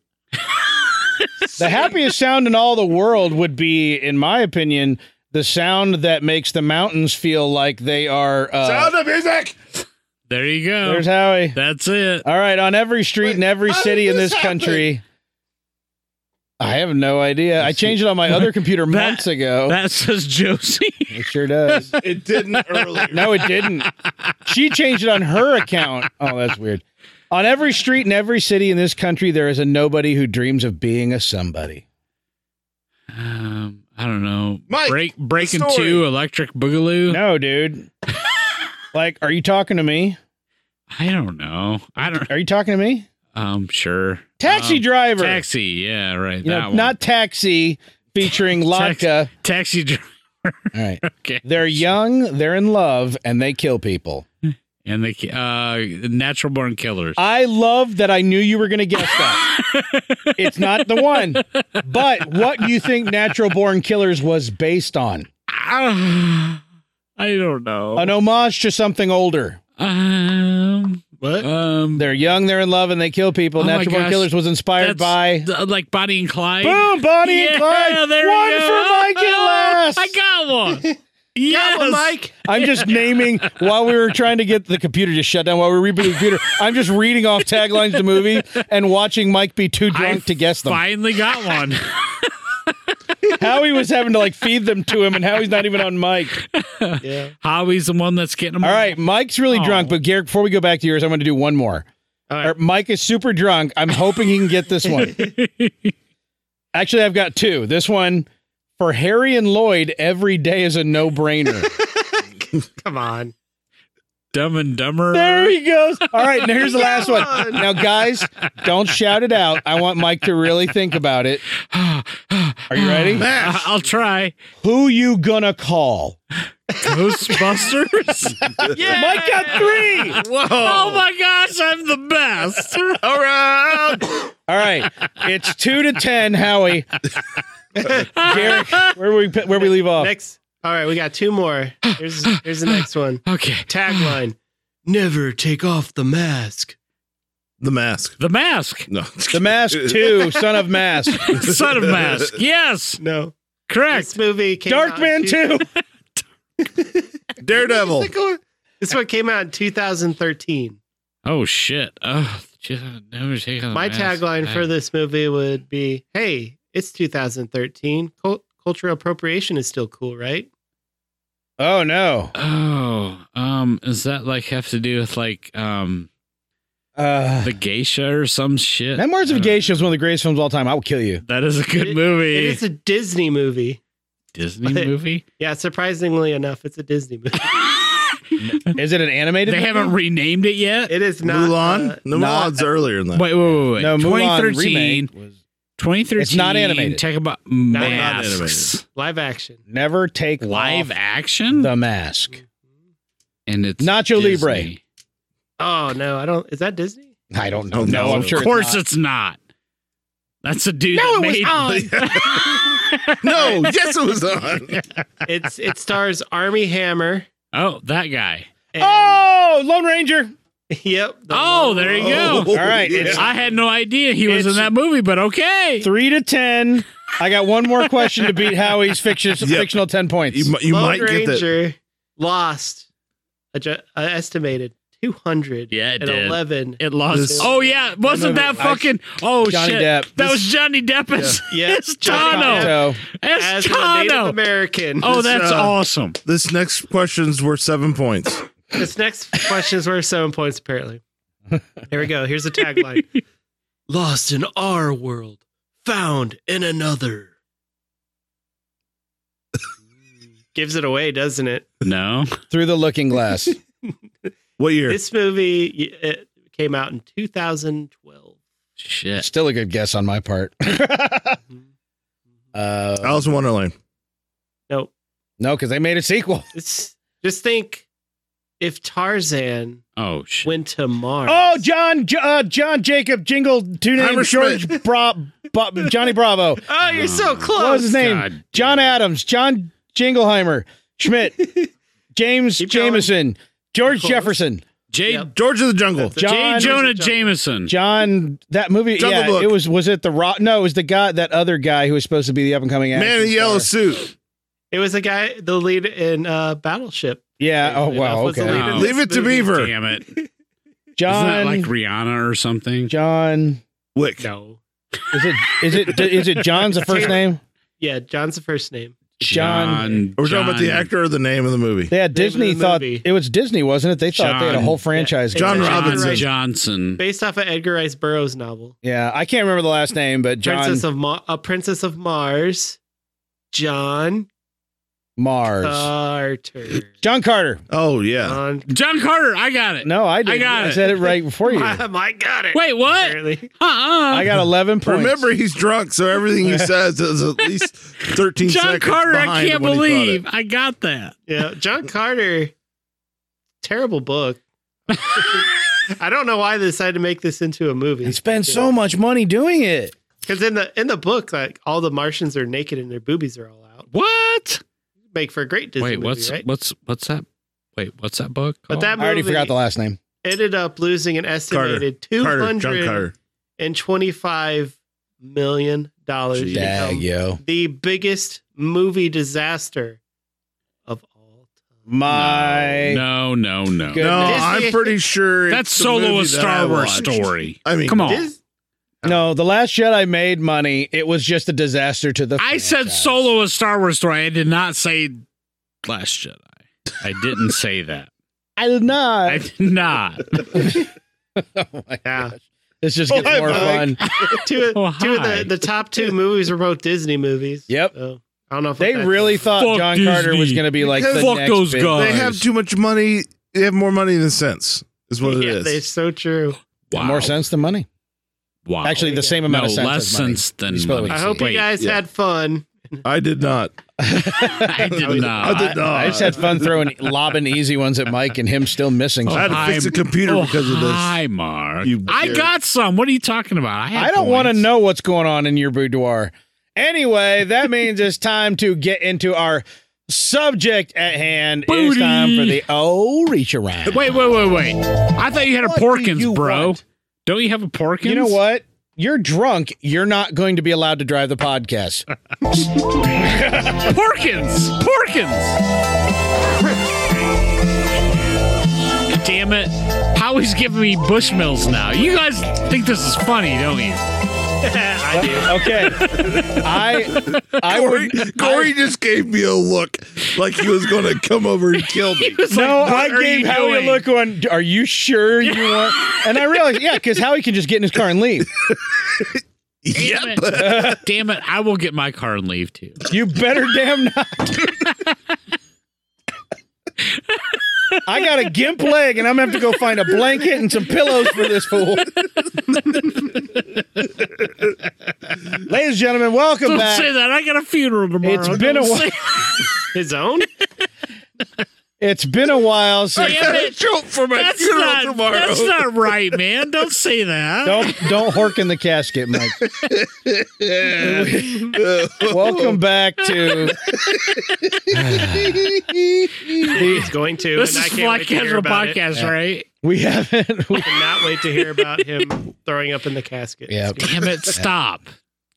The happiest sound in all the world would be, in my opinion, the sound that makes the mountains feel like they are. Uh,
Sound of music.
There you go.
there's Howie.
That's it.
All right, on every street
Wait,
in every
how did
city in
this
this
happen?
country. I have no idea. I changed it on my other computer months ago.
That says Josie.
it sure does.
It didn't earlier.
No, it didn't. She changed it on her account. Oh, that's weird. On every street in every city in this country, there is a nobody who dreams of being a somebody.
Um, I don't know.
Mike,
Break breaking
story.
two electric boogaloo.
No, dude. Like, are you talking to me?
I don't know. I don't.
Are you talking to me?
Um, sure.
Taxi
Um,
driver.
Taxi. Yeah, right.
You know,
that one.
not taxi featuring Latka.
taxi driver.
All right.
Okay.
They're young, they're in love, and they kill people.
And the ki- uh, natural born killers.
I love that I knew you were going to guess that. it's not the one. But what do you think Natural Born Killers was based on?
Ah, I don't know.
An homage to something older.
um.
What?
Um.
They're young, they're in love, and they kill people.
Oh my
Natural Born
gosh.
Killers was inspired
that's
by.
th- like Bonnie and Clyde.
Boom, Bonnie
Yeah,
and Clyde.
There
one
we go. Oh,
for Mike and Les.
I got one. yes,
Mike.
I'm just naming while we were trying to get the computer to shut down while we were rebooting the computer. I'm just reading off taglines to movie and watching Mike be too drunk to guess them.
Finally got one.
Howie was having to like feed them to him, and Howie's not even on Mike.
Yeah.
Howie's the one that's getting them.
All right, Mike's really
Oh.
drunk, but Garrett, before we go back to yours, I'm going to do one more.
All right.
Or Mike is super drunk. I'm hoping he can get this one. Actually, I've got two. This one for Harry and Lloyd, every day is a no brainer.
Come on.
Dumb and Dumber.
There he goes. All right, now here's the last one. Now, guys, don't shout it out. I want Mike to really think about it. Are you ready?
I- Uh, I'll try.
Who you gonna call?
Ghostbusters. yeah.
Mike got three.
Whoa. Oh my gosh, I'm the best. All right.
All right, it's two to ten. Howie, Garrick, where we where we leave off?
Next. All right, we got two more. Here's here's the next one.
Okay.
Tagline. Never take off the mask.
The mask.
The mask.
No.
The Mask Two, Son of Mask,
Son of mask. Yes.
No. This
Correct.
movie came out
Dark
in
Man Two.
Daredevil.
This one came out in 2013.
Oh shit. Oh, just never take off the
My
mask.
tagline for this movie would be, "Hey, it's 2013. Cult- cultural appropriation is still cool, right?"
Oh no.
Oh, um, is that like have to do with like um
Uh,
The Geisha or some shit. Uh,
Memoirs of a Geisha is one of the greatest films of all time. I will kill you.
That is a good
It-
movie.
It is a Disney movie.
Disney
But-
movie.
Yeah, surprisingly enough, it's a Disney movie.
Is it an animated?
They
movie?
haven't renamed it yet.
It is not
Mulan?
uh,
no,
not-
Mulan's earlier than that.
wait, wait, wait, wait.
No, Mulan
2013.
remake was
2013.
It's not animated.
Talk about
not
masks.
live action.
never take
Live
off
action.
the mask.
and it's
Nacho
Disney.
Libre.
Oh no, I don't. Is that Disney?
I don't know.
Oh, no,
no, I'm
of
sure.
Of course,
it's
it's not. That's a dude.
No,
that
it was
made-
no, yes, it was on.
It's it stars Army Hammer.
Oh, that guy.
not.
and-
oh, Lone Ranger.
yep. the
Oh,
Lone
there you
Ranger.
go.
All right, it's-
I had no idea he was in
It's-
that movie, but okay.
Three to ten. I got one more question to beat Howie's fictio-
Yep.
fictional ten points.
You, mi- you
Lone
might get that.
Ranger lost. Adju- uh, estimated two hundred.
Yeah, it
and
did.
eleven.
It lost.
This-
oh yeah, wasn't that
Remember, I-
fucking? oh
Johnny
shit,
Depp.
that
This-
was Johnny Depp as
Yeah. Yeah.
as
Johnny
Tano.
So,
As
As a Native
Tano.
American.
Oh,
This-
that's
uh,
awesome.
This next question's worth seven points.
This next question is worth seven points, apparently. Here we go. Here's the tagline Lost in our world, found in another. Gives it away, doesn't it?
No,
through the looking glass.
What year?
This movie y- it came out in 2012.
shit.
Still a good guess on my part. uh,
Alice in Wonderland.
Nope.
no, because they made a sequel.
It's, just think if Tarzan
Oh shit.
went to Mars.
Oh, John J- uh, John Jacob Jingle, two names
Hammerschmidt.
George Bra- Bra- Johnny Bravo.
Oh, you're so close.
What was his name?
God.
John Adams, John Jingleheimer, Schmidt, James
Keep going.
Jameson, George
Close.
Jefferson,
J.
Yep.
George of the Jungle.
That's it.
John-
J. Jonah
John-
Jameson.
John. That movie,
Jungle
yeah,
Book.
it was. Was it the rock? No, it was the guy, that other guy who was supposed to be the up and coming
Man in the yellow suit.
It was the guy, the lead in uh, Battleship.
Yeah. Oh wow.
Was the
Okay.
lead in
Oh.
this
Leave it to
movie.
Beaver.
Damn it. Isn't that
John.
like Rihanna or something?
John.
Wick.
No.
Is it? Is it? Is it John's the first name?
Yeah, John's the first name.
John-
Are we talking about the
John-
actor or the name of the movie?
Yeah,
Name of the
Disney thought
movie.
it was Disney, wasn't it? They thought they had a
John-
whole franchise.
Yeah.
going.
John
John
Robinson.
Wright.
Johnson.
Based off of Edgar Rice Burroughs' novel,
Yeah, I can't remember the last name, but John
Princess of Ma- A Princess of Mars, John
Mars.
Carter.
John Carter.
Oh
Uh,
yeah.
John
John Carter. I got it.
No, I did.
I got
I
it.
said it right before you.
I, I got it.
Wait, what? Uh
Apparently.
uh
I got 11 points.
Remember, he's drunk, so everything he says is at least thirteen
John
seconds
Carter. I
behind
can't
when he thought it.
believe I got that.
Yeah, John Carter. Terrible book. I don't know why they decided to make this into a movie.
he spent so much money doing it.
Because in the in the book, like all the Martians are naked and their boobies are all out.
What?
Make for a great Disney
Wait,
movie,
what's
right?
what's what's that? Wait, what's that book?
But
called?
that
I already
movie-
forgot the last name.
ended up losing an estimated two
Carter. John
hundred
Carter.
and twenty-five million dollars. to
Yeah,
become
yo.
The biggest movie disaster of all time.
My.
no, no, no.
Good.
No,
Disney-
I'm pretty sure it's
That's
the
solo a
movie that I
Star Wars
watched.
story.
I mean,
Come on.
Dis-
No, The Last Jedi made money. It was just a disaster to the.
I said
franchise.
solo a Star Wars story. I did not say Last Jedi. I didn't say that.
I did not.
I did not.
oh my
Yeah.
gosh. This just gets
Why,
more
Mike?
fun.
two,
Oh,
two of
hi.
the, the top two movies were both Disney movies.
Yep.
So, I don't know if
They
that's-
really thought
Fuck
John Carter was
Disney.
going to be like the
Fuck
next
those
big-
guys.
They have too much money. They have more money than sense. Is what
Yeah,
it
they're
is.
so true.
Wow.
More sense than money.
Wow.
Actually, the same amount
no,
of sense.
less
as money.
sense than
You spell it
money.
with
I
a
hope
Wait,
you guys
yeah.
had fun.
I did not.
I did not.
I did not.
I just had fun throwing lobbing easy ones at Mike and him still missing.
I had
some.
to fix the computer
oh,
because of this.
Hi, Mark.
You
I
jerk.
got some. What are you talking about? I, had
I don't want to
points.
know what's going on in your boudoir. Anyway, that means it's time to get into our subject at hand. It's
Booty.
time for the old reach around.
Wait, wait, wait, wait. I thought you had a
What do
Porkins,
you
bro.
want?
Don't you have a Porkins?
You know what? You're drunk. You're not going to be allowed to drive the podcast.
Porkins! Porkins! Damn it. Howie's giving me Bushmills now. You guys think this is funny, don't you?
I do.
Okay. I I
Corey,
would
Corey just gave me a look like he was going to come over and kill me.
No,
Like, what
I
are
gave
you
Howie
doing?
a look on are you sure you want and I realized, yeah, because Howie can just get in his car and leave.
Damn
yep.
it. Damn it. I will get my car and leave too.
You better damn not. I got a gimp leg and I'm gonna have to go find a blanket and some pillows for this fool. Ladies and gentlemen, welcome
Don't
back.
say that. I got a funeral tomorrow.
It's been a
Don't
while.
say-
His own?
It's been a while since
Damn it.
Joke for my
That's
funeral
not,
tomorrow.
that's not right, man. Don't say that.
Don't don't hork in the casket, Mike. Welcome back to
He's going to.
this
and
is
I can't
Fly
wait to hear
Casual
about it.
Podcast, right?
we haven't. we-
Cannot wait to hear about him throwing up in the casket.
Yeah.
Damn it. Stop.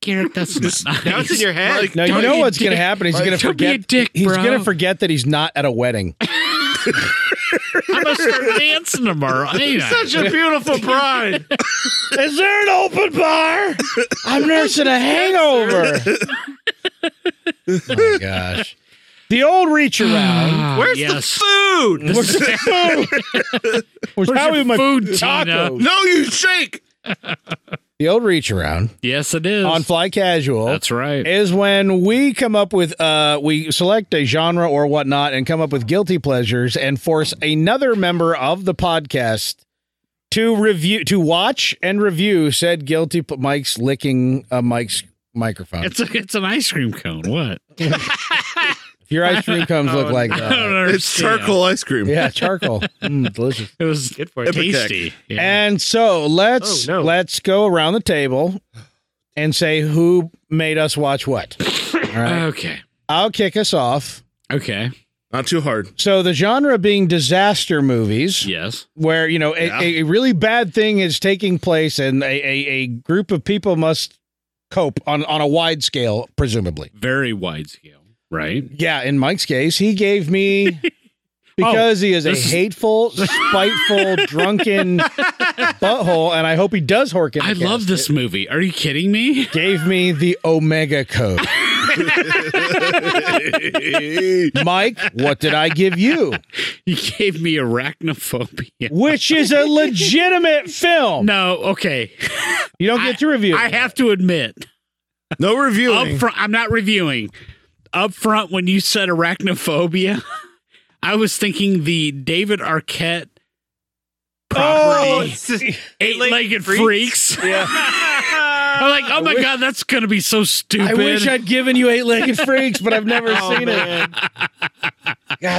Garrett, that's not
Now it's in
nice.
your head.
Like,
Now you
Don't
know
be a
what's going to
dick.
happen. He's
Like,
going to
don't be a
forget.
dick,
he's
bro.
going to forget that he's not at a wedding.
I'm going to start dancing tomorrow. ain't I?
Such a beautiful bride.
Is there an open bar? I'm nursing a hangover. oh my gosh. The old reach around.
Ah,
Where's
yes.
the food?
Where's the food? Where's
Where's
Howie
your
with my
food,
tacos?
no, you shake.
The old reach around
Yes, it is.
on Fly Casual.
That's right.
is when we come up with uh we select a genre or whatnot and come up with guilty pleasures and force another member of the podcast to review to watch and review said guilty p- Mike's licking uh, Mike's microphone.
it's, a, it's an ice cream cone. What?
if your ice cream comes look like
I don't
that.
understand.
It's charcoal ice cream.
Yeah, charcoal. Mm, delicious.
It was
Good for you.
tasty. Yeah.
And so let's
Oh, no.
let's go around the table and say who made us watch what. All right.
okay.
I'll kick us off.
Okay.
Not too hard.
So the genre being disaster movies.
Yes.
where you know a,
Yeah.
a, a really bad thing is taking place and a, a, a group of people must cope on, on a wide scale presumably
Very wide scale. Right.
yeah in mike's case he gave me because he is a
Oh, this is-
hateful spiteful drunken butthole and i hope he does hork in the
I love
casket,
this movie. Are you kidding me?
gave me the omega code mike what did i give you
You gave me arachnophobia.
which is a legitimate film
No, okay.
you don't get to review
I
it.
have to admit,
no
up
reviewing.
front, I'm not reviewing. Up front, when you said arachnophobia, I was thinking the David Arquette
Oh,
property,
it's just-
eight-legged freaks. I'm like, oh my god, that's gonna be so stupid.
I
Oh,
wish I'd given you Eight Legged Freaks, but I've
Oh,
never seen it. God,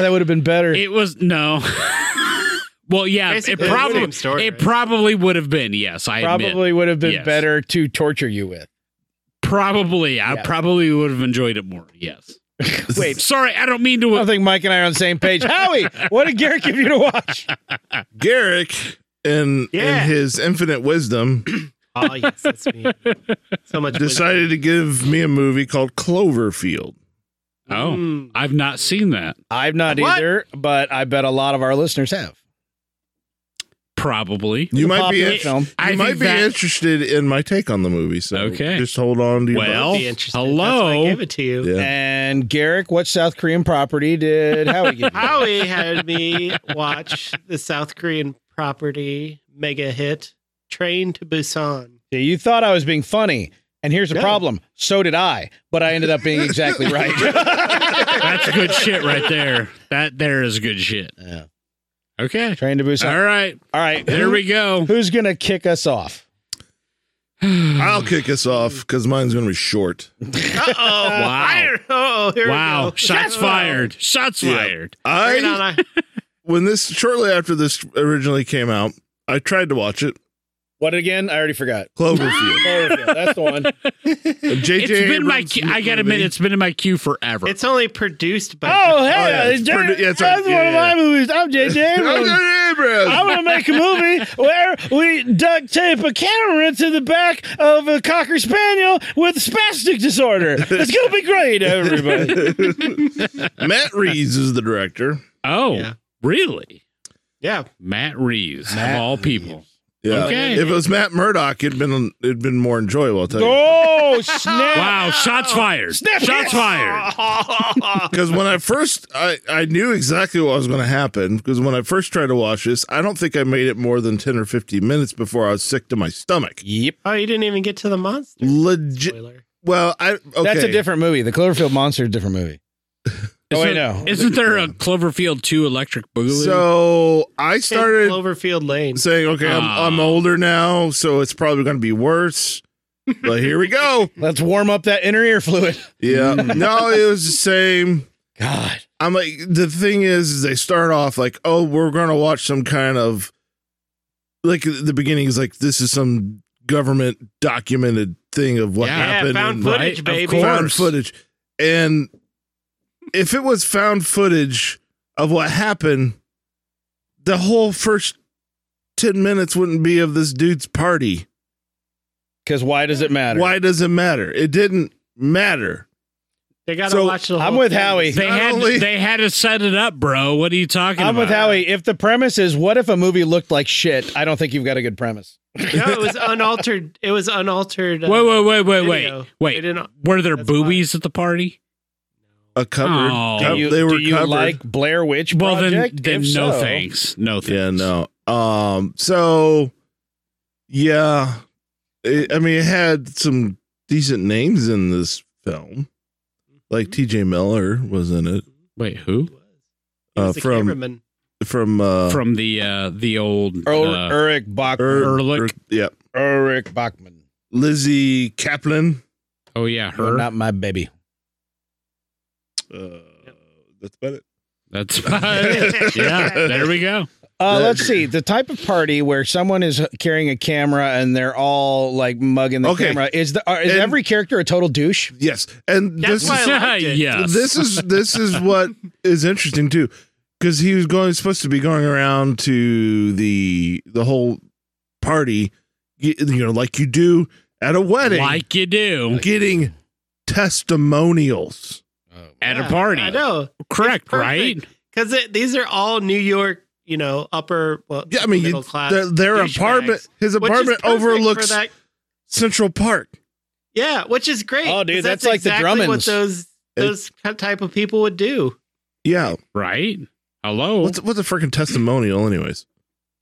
that would have been better.
It was no. well, yeah,
Basically,
it
it's the
probably
same story,
it
right?
probably would have been. Yes, I admit.
Probably would have been
Yes.
better to torture you with.
Probably, I
Yeah.
probably would have enjoyed it more. Yes.
Wait,
Sorry, I don't mean to.
I don't think Mike and I are on the same page. Howie, what did Garrett give you to watch?
Garrick, in,
Yeah.
in his infinite wisdom,
Oh, yes, that's me. So much.
decided to give me a movie called Cloverfield.
oh,
Mm.
I've not seen that.
I've not
What?
either, but I bet a lot of our listeners have.
Probably.
You
The
might be
popular
in-
film.
I
You might
think
be
that-
interested in my take on the movie. So
Okay.
just hold on to your
Well,
Be interested.
Hello?
That's why I gave it to you.
butt. yeah.
And Garrick, what South Korean property did Howie give you?
Howie had me watch the South Korean property mega hit Train to Busan.
See, you thought I was being funny, and here's the
No.
problem. So did I, but I ended up being exactly right.
That's good shit right there. That there is good shit.
Yeah.
Okay.
Trying to boost.
All right.
All right,
There we go.
Who's gonna kick us off?
I'll kick us off because mine's going to be short.
Uh oh!
Wow.
Oh, here we
Wow.
go.
Shots fired. Shots
Yeah.
fired.
Turn on
I
a-
when this shortly after this originally came out, I tried to watch it.
What again? I already forgot.
Cloverfield.
That's the one.
It's
JJ
been my.
Abrams'
Queue, I gotta admit,
movie.
it's been in my queue forever.
It's only produced by.
Oh, hey,
yeah, it's
Jerry-
pretty- yeah,
that's
it's right.
one of my
Yeah.
movies. I'm JJ Abrams.
JJ Abrams.
I'm gonna make a movie where we duct tape a camera to the back of a cocker spaniel with spastic disorder. It's gonna be great, everybody.
Matt Reeves is the director.
oh,
Yeah.
really?
Yeah.
Matt Reeves
Matt
of all people.
Yeah.
Okay.
If it was Matt Murdock, it'd been it'd been more enjoyable. I'll tell you.
Oh snap!
Wow, shots fired.
Oh,
Shots fired.
Because when I first, I, I knew exactly what was going to happen. Because when I first tried to watch this, I don't think I made it more than ten or fifteen minutes before I was sick to my stomach.
Yep.
Oh, you didn't even get to the monster.
Legit.
Spoiler.
Well, I okay.
That's a different movie. The Cloverfield Monster is a different movie. oh, I
Isn't-
know.
Isn't there a Cloverfield 2 Electric Boogaloo?
So I
Started
started
Cloverfield Lane.
saying, okay, I'm,
Ah.
I'm older now, so it's probably going to be worse. But here we go.
Let's warm up that inner ear fluid.
Yeah. No, it was the same.
God.
I'm like, the thing is, is they start off like, oh, we're going to watch some kind of, like, the beginning is like, this is some government documented thing of what
Yeah,
happened.
found
and-
footage,
right, of
baby.
course.
found footage. And if it was found footage of what happened, the whole first 10 minutes wouldn't be of this dude's party.
Because why does it matter?
Why does it matter? It didn't matter.
They gotta
So,
watch the. Whole
I'm with
thing.
Howie.
they
not
had
only-
they had to set it up, bro. What are you talking
I'm
about?
with Howie. If the premise is what if a movie looked like shit, I don't think you've got a good premise.
No, it was unaltered. It was unaltered. uh,
Wait, wait, wait, wait,
Video.
wait,
They
wait.
didn't-
Were there
That's
boobies at the party?
A covered.
Oh. Do
cov-
you,
they were
do you
covered.
like Blair Witch
Well, then,
Project?
then
If
no
so-
thanks. No thanks.
yeah, no. Um, so yeah, It- I mean, it had some decent names in this film, like T.J. Miller was in it
Wait, who?
He was
Uh,
the
from-
cameraman.
from uh,
From the uh the old
Ur-
uh,
Ulrich Bachman.
Er-
Ehrlich.
Er- yeah,
Ulrich Bachman.
Lizzie Kaplan.
Oh yeah,
You're
her.
Not my baby.
Uh, that's about it.
That's yeah. There we go.
Uh,
That-
let's see the type of party where someone is carrying a camera and they're all like mugging the
Okay.
camera. Is the are, is
And-
every character a total douche?
Yes, and
That's
this
why
is
I liked it.
Yes.
this is this is what is interesting too because he was going supposed to be going around to the the whole party y- you know like you do at a wedding
like you do
getting testimonials
at
Yeah,
a party.
I know
Correct,
It's perfect.
right?
because these are all New York. You know, upper. Well,
yeah i mean
middle
you,
class.
their, their
douchebags,
apartment his
which is
apartment
perfect for
overlooks
that-
central park
Yeah, which is great.
Oh, dude,
'cause
that's like the
exactly What
Drummonds.
those those type of people would do.
yeah
Right. Hello.
what's what's a freaking testimonial anyways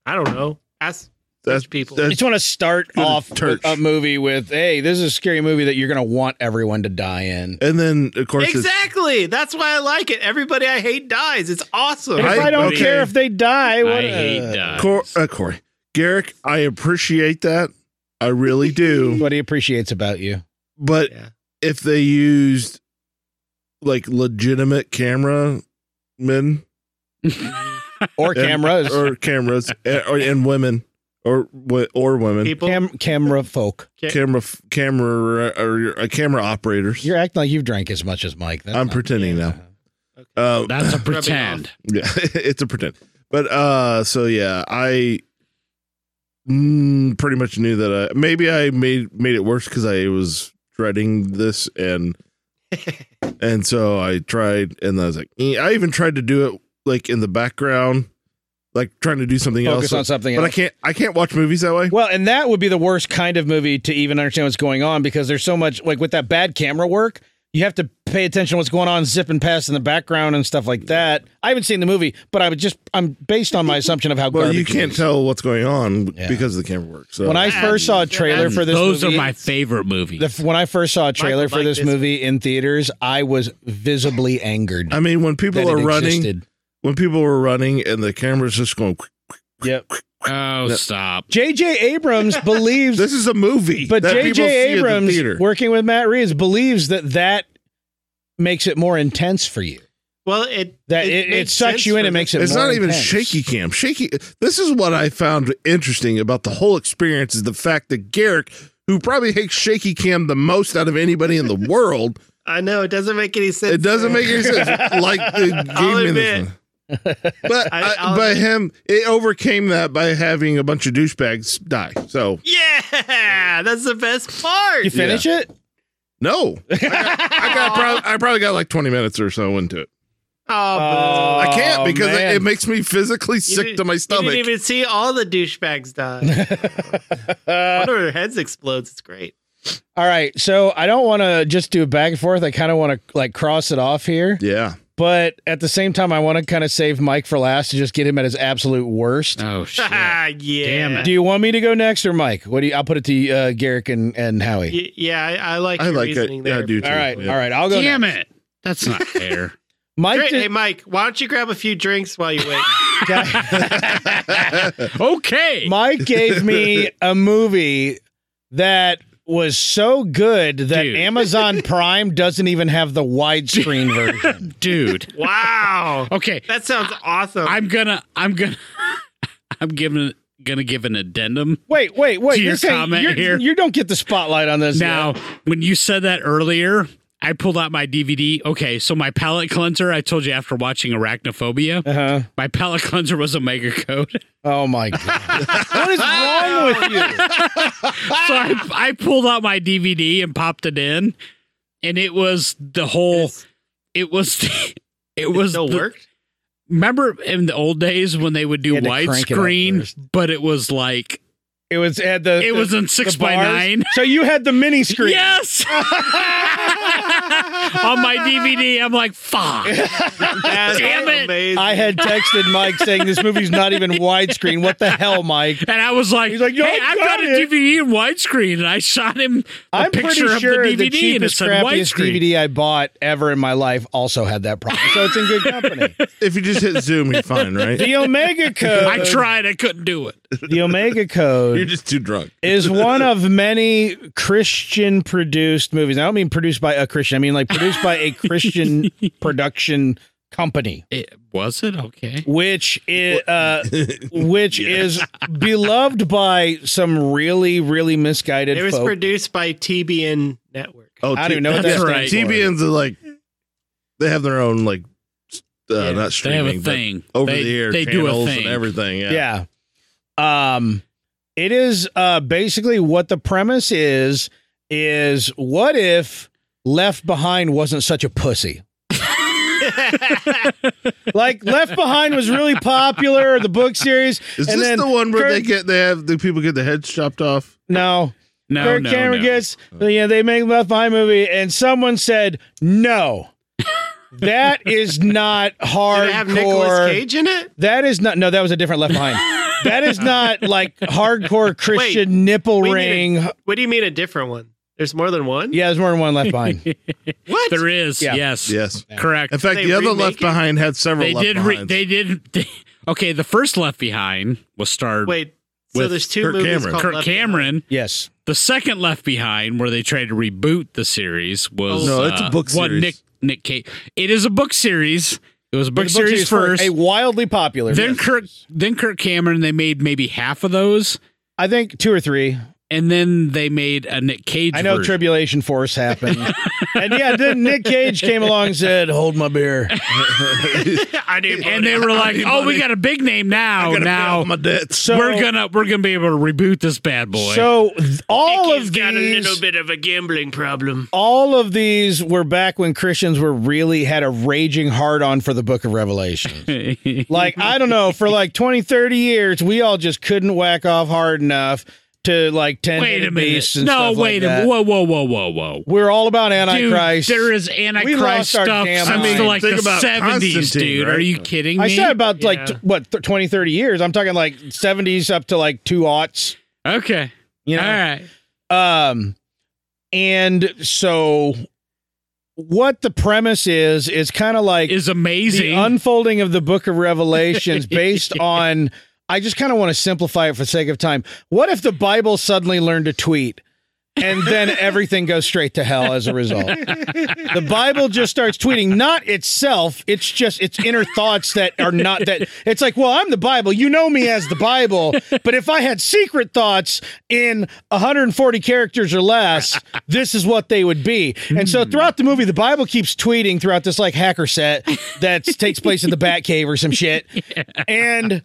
I don't know. Ask
That's-
rich people.
You
that's-
just want to start
Good
off
church.
a movie with, "Hey, this is a scary movie that you're going to want everyone to die in."
and then of course it's-
exactly. That's why I like it. Everybody I hate dies. It's awesome.
If I,
I-
don't
okay.
care if they die, what,
I hate
uh,
that.
Cor- uh, corey garrick i appreciate that i really do
What he appreciates about you.
but
Yeah.
if they used like legitimate camera men
or
and-
cameras or
or cameras and, or, and women or wo- or women
people.
cam- camera folk.
camera f- camera or uh, camera operators
You're acting like you've drank as much as Mike. That's
i'm
not-
pretending now uh,
That's a pretend.
yeah, it's a pretend but uh so yeah i mm, pretty much knew that I, maybe i made made it worse because i was dreading this and and so i tried and i was like eh. i even tried to do it like in the background like trying to do something
Focus
else
on something
but i
else.
can't i can't watch movies that way
Well, and that would be the worst kind of movie to even understand what's going on because there's so much like with that bad camera work, you have to pay attention to what's going on, zipping past in the background and stuff like that. I haven't seen the movie, but I would just I'm based on my assumption of how
well
garbage
you
it
can't
is.
tell what's going on
Yeah.
because of the camera work so
When I first saw a trailer for this
Those
movie,
are my favorite movies.
the, when I first saw a trailer
Michael
for
liked
this
this
movie in theaters, I was visibly angered.
i mean when people
that
are
it
running
existed.
when people were running and the camera's just going quick, quick, quick,
Yep.
quick.
oh, stop.
J.J. Abrams believes
this is a movie
But
that people see
J.J.
at the
Abrams,
theater.
working with Matt Reeves, believes that that makes it more intense for you.
Well, it
That it, it,
makes
sucks
sense
you in,
for
it makes it.
it's
more
not even
intense.
shaky cam shaky this is what i found interesting about the whole experience is the fact that garrick who probably hates shaky cam the most out of anybody in the world
the- I know it doesn't make any sense.
it doesn't make any sense like it gave
I'll
me
admit.
this one but
I-
I,
I'll
by
admit.
him it overcame that by having a bunch of douchebags die so
Yeah, that's the best part.
You finish it?
no i got, I, got prob- I probably got like 20 minutes or so into it
Oh,
Oh,
I can't because
man.
it, it makes me physically
boo. You
uh, sick
didn't-
to my
You
stomach.
didn't even see all the douchebags die. One of their heads explodes. It's great.
All right, so I don't want to just do it back and forth. I kind of want to like cross it off here,
yeah.
but at the same time, I want to kind of save Mike for last and just get him at his absolute worst.
Oh shit!
Ah, yeah.
Do you want me to go next or Mike? What do you? I'll put it to uh, Garrick and, and Howie.
Y- Yeah, I, I like.
I
your
like it.
reasoning
Yeah, I
there.
do too.
All right,
Yeah.
all right, I'll go.
Damn
next.
it! That's not fair.
Mike.
Great.
did-
Hey, Mike, why don't you grab a few drinks while you wait?
okay.
Mike gave me a movie that was so good that
Dude.
Amazon Prime doesn't even have the widescreen version.
Dude.
wow,
Okay.
that sounds awesome.
I'm gonna I'm gonna I'm giving gonna give an addendum.
Wait, wait, wait.
To
you're
your
saying
comment
you're-
here.
You don't get the spotlight on this.
Now, when you said that earlier, I pulled out my DVD. Okay, so my palate cleanser, I told you after watching Arachnophobia,
Uh huh.
my palate cleanser was Omega Code.
Oh my god. what is wrong with you?
so I, I pulled out my DVD and popped it in, and it was the whole. it was the. It was
Still
the-
worked.
Remember in the old days when they would do
You had to crank it up
widescreen,
first.
but it was like
It was at the
it was in six by nine.
So you had the mini screen.
Yes. On my DVD, I'm like, fuck.
That's
Damn it.
amazing.
I had texted Mike saying this movie's not even widescreen. What the hell, Mike?
And I was like,
He's like, "Yo,
hey,
I
I've got,
got
a
it."
DVD in widescreen. And I shot him a
I'm pretty
picture of
sure
the DVD and it
cheapest,
said
crappiest
widescreen.
DVD I bought ever in my life also had that problem. So it's in good company.
If you just hit zoom, you're fine, right?
The Omega Code.
I tried, I couldn't do it.
The Omega
You're
Code
just too drunk.
is one of many Christian produced movies. I don't mean produced by a Christian. I mean like produced by a Christian production company,
it. Was it? Okay.
which is uh, which is beloved by some really really misguided
It was
folk.
produced by TBN Network.
Oh,
I don't even know what
That's
that
right.
stands for.
TBNs are like they have their own like s- uh,
Yeah,
not
They have
streaming
a
but
thing.
over
They-
the air
They do a
channels
thing.
and everything. Yeah.
Yeah. Um it is uh basically what the premise is is what if Left Behind wasn't such a pussy? like Left Behind was really popular, the book series.
Is
and
this
then
the one where they
Kirk-
get they have the people get the heads chopped off?
No.
No,
Kirk
no,
Cameron
no.
gets you know, they make Left Behind movie and someone said no. that is not hard.
Did it have Nicolas Cage in it?
That is not. No, that was a different Left Behind. that is not like hardcore Christian nipple
we need
ring.
What do you mean a different one? There's more than one.
yeah, there's more than one Left Behind.
What?
There is.
Yeah.
Yes.
Yes.
Correct.
In fact,
They
the other
remake
Left
it?
Behind had several.
they
left
did. Re-
Behinds.
they did. They, okay, the first Left Behind was starred
Wait. So
With
there's two
Kirk
movies
Cameron.
called
Kirk
Left
Cameron.
yes.
The second Left Behind, where they tried to reboot the series, was
No, it's a
uh,
book
What
series.
Nick Nick Cage? It is a book series. It was a book,
The
series, first.
a wildly popular.
then Kirk, then Kirk Cameron. They made maybe half of those,
I think two or three.
and then they made a Nick Cage.
I know
version.
Tribulation Force happened, and yeah, then Nick Cage came along and said, "Hold my beer."
Behind. I do.
and they were like, "Oh, we got a big name now.
Gotta pay
Now
off my debts.
So
we're gonna we're gonna be able to reboot this bad boy."
So th- all of
got a little
these,
bit of a gambling problem.
all of these were back when Christians were really had a raging hard on for the Book of Revelation. like i don't know for like 20 30 years we all just couldn't whack off hard enough to like 10
wait a minute.
beasts and
No,
stuff like
wait a
that.
minute. Whoa, whoa, whoa, whoa, whoa.
we're all about
Dude,
antichrist
there is antichrist
lost our
stuff
damn
since
mind.
like
Think
the
about
70s,
Constantine,
dude.
right?
Are you kidding me?
i said about like t-
Yeah.
what th- 20 30 years i'm talking like 70s up to like two aughts
okay.
you know
All right.
Um, and so what the premise is is kind of like
Is amazing.
the unfolding of the Book of Revelations based on. I just kind of want to simplify it for the sake of time. What if the Bible suddenly learned to tweet? And then everything goes straight to hell as a result. The Bible just starts tweeting, not itself. It's just its inner thoughts that are not that. It's like, well, I'm the Bible. You know me as the Bible. But if I had secret thoughts in 140 characters or less, this is what they would be. And so throughout the movie, the Bible keeps tweeting throughout this like hacker set that takes place in the Batcave or some shit. And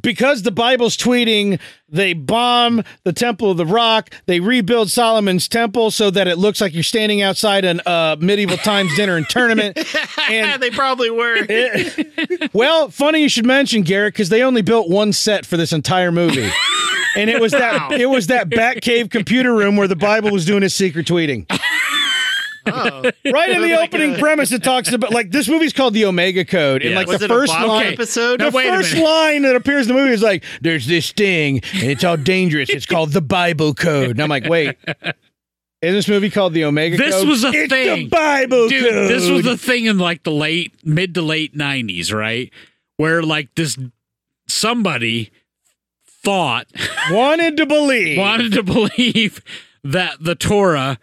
because the Bible's tweeting, they bomb the Temple of the Rock, they rebuild Solomon's Temple so that it looks like you're standing outside an uh, medieval times dinner and tournament. And
they probably were.
well, funny you should mention Garrett because they only built one set for this entire movie, and it was that it was that Batcave computer room where the Bible was doing his secret tweeting.
Oh.
Right in the
Like
opening
a-
premise, it talks about like this movie's called the Omega Code, and
Yeah.
like
Was
the
it a
first
Bob
line.
episode?
The
No, wait a
first
minute.
line that appears in the movie is like, "There's this thing, and it's all dangerous. It's called the Bible Code." And I'm like, "Wait, is this movie called the Omega
This
Code?"
was a
it's The
thing.
Bible
Dude,
Code.
this was the thing in like the late, mid to late 90s, right? Where like this somebody thought,
wanted to believe.
wanted to believe that the Torah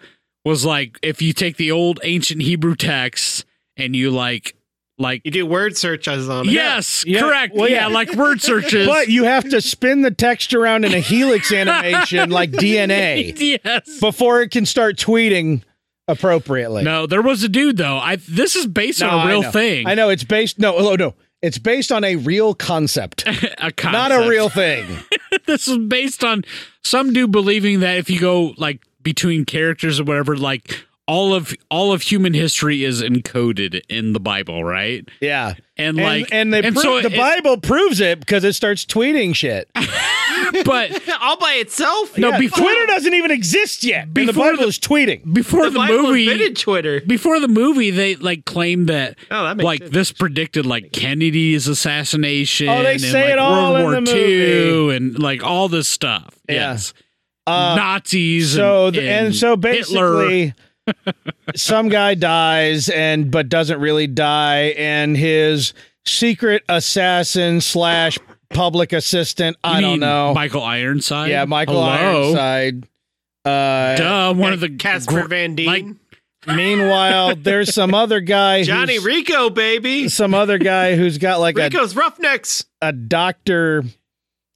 was like, if you take the old ancient Hebrew texts and you like, like,
You do word searches on it.
yes,
Yeah.
correct.
Well,
yeah.
yeah.
like word searches.
but you have to spin the text around in a helix animation like DNA
yes.
before it can start tweeting appropriately.
No, there was a dude though. I this is based
No,
on a
I
real
know.
thing.
I know it's based. No, oh, no, it's based on a real concept,
A
not
concept.
a real thing.
this is based on some dude believing that if you go like between characters or whatever, like all of all of human history is encoded in the Bible, right?
Yeah,
And,
and,
like
and they prove,
so
the
it-
Bible proves it because it starts tweeting shit.
but
All by itself.
No,
Yeah,
before-
Twitter doesn't even exist yet. and the
Before
Bible
the-
is tweeting.
before
the,
the,
Bible
movie,
invented Twitter.
before the movie, they like claimed that
Oh, that makes
like
sense.
this predicted like Kennedy's assassination.
Oh, they
and,
say
like,
it all
World
in
War
the
II and like all this stuff.
Yeah.
Yes,
Uh,
Nazis.
so
and,
th- and, so
Hitler.
basically some guy dies and but doesn't really die and his secret assassin slash public assistant
You
i don't
mean
know
Michael Ironside.
yeah michael
Hello?
ironside uh
Duh, one of the
Casper
gr-
Van Dien.
like-
meanwhile there's some other guy who's-
Johnny Rico, baby.
some other guy who's got like a,
Rico's Roughnecks.
a doctor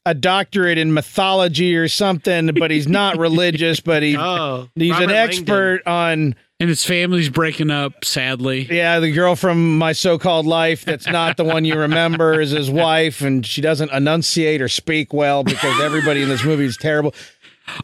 a doctorate in mythology or something but he's not religious but he
Oh,
He's
Robert
an
Langdon.
expert on
and his family's breaking up. Sadly,
Yeah, the girl from my so-called life that's not the one you remember is his wife, and she doesn't enunciate or speak well because everybody in this movie is terrible.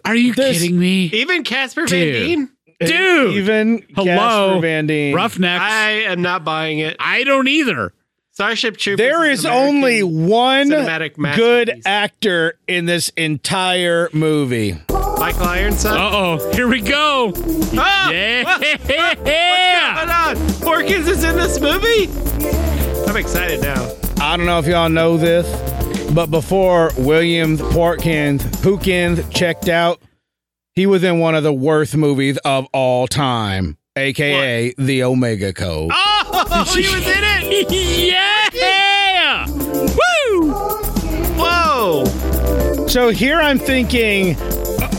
are you
This-
kidding me,
Even Casper
Dude.
Van Dien.
dude?
Even
hello,
Casper Van Dien.
Roughnecks.
I
I,
am not buying it.
don't either.
Starship Troopers.
There is
American
only one
cinematic
good
masterpiece.
actor in this entire movie.
Michael Ironside.
Uh oh, here we go.
Oh,
Yeah,
what- Hold on. Porkins is in this movie? I'm excited now.
I don't know if y'all know this, but before William Porkins Pookins checked out, he was in one of the worst movies of all time, aka The Omega Code.
Oh, he was in it.
yeah. Woo!
Whoa.
So here I'm thinking,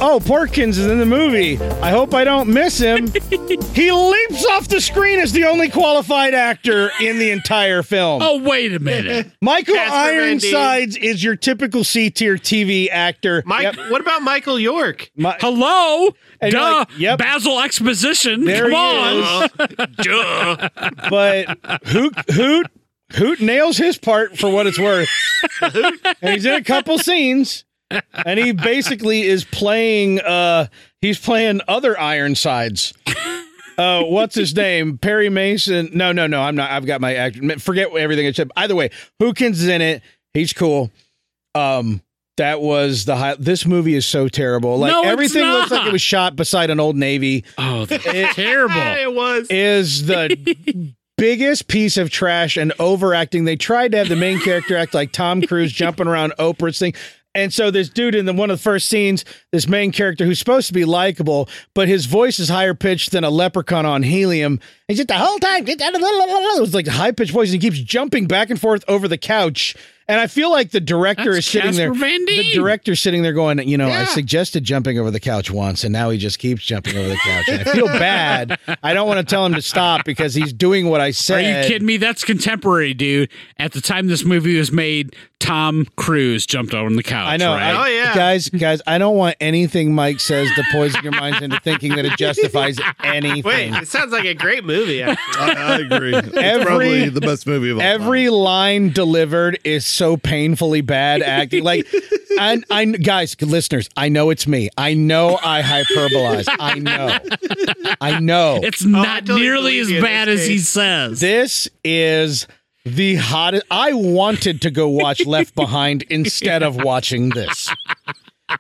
oh, Porkins is in the movie. I hope I don't miss him. he leaps off the screen as the only qualified actor in the entire film.
Oh wait a minute.
Michael
Casper Van Dien.
Ironsides is your typical C tier TV actor.
Mike,
Yep.
what about Michael York?
Mi-
Hello,
And you're
duh.
like, yep.
Basil exposition.
There
Come
he
on.
is.
Duh.
But Hoot Hoot Hoot nails his part for what it's worth. and he's in a couple scenes. And he basically is playing uh he's playing other Ironsides. Uh what's his name? Perry Mason. No, no, no, I'm not. I've got my act forget everything I said. Either way, Hookins is in it. He's cool. Um that was the high. This movie is so terrible. Like
No, it's
everything looks
not.
like it was shot beside an old navy
Oh, that's
It-
Yeah,
terrible.
it was.
is the biggest piece of trash and overacting. They tried to have the main character act like Tom Cruise jumping around Oprah's thing. And so this dude in the one of the first scenes, this main character who's supposed to be likable, but his voice is higher pitched than a leprechaun on helium. And just the whole time, it was like high pitched voice, and he keeps jumping back and forth over the couch. And I feel like the director
That's
is sitting there.
Casper Van Dien.
The director sitting there going, you know, I
Yeah.
suggested jumping over the couch once, and now he just keeps jumping over the couch. And I feel bad. I don't want to tell him to stop because he's doing what I
Are
said.
you kidding me? That's contemporary, dude. At the time this movie was made, Tom Cruise jumped on the couch.
I know.
Right?
I-
Oh, yeah.
guys, guys, I don't want anything Mike says to poison your minds into thinking that it justifies anything.
Wait, it sounds like a great movie. actually.
I, I agree. It's
Every-
probably the best movie of all time.
Every line delivered is so painfully bad acting. Like, and I, guys, listeners, I know it's me. I know I hyperbolize. I know. Oh, I know.
It's not
totally
nearly
believe
as
you in
bad
this
as he
case.
says.
This is the hottest. I wanted to go watch Left Behind instead of watching this.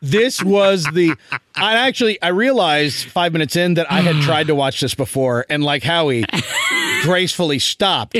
This was the. I actually I realized five minutes in that I had tried to watch this before and like Howie gracefully stopped.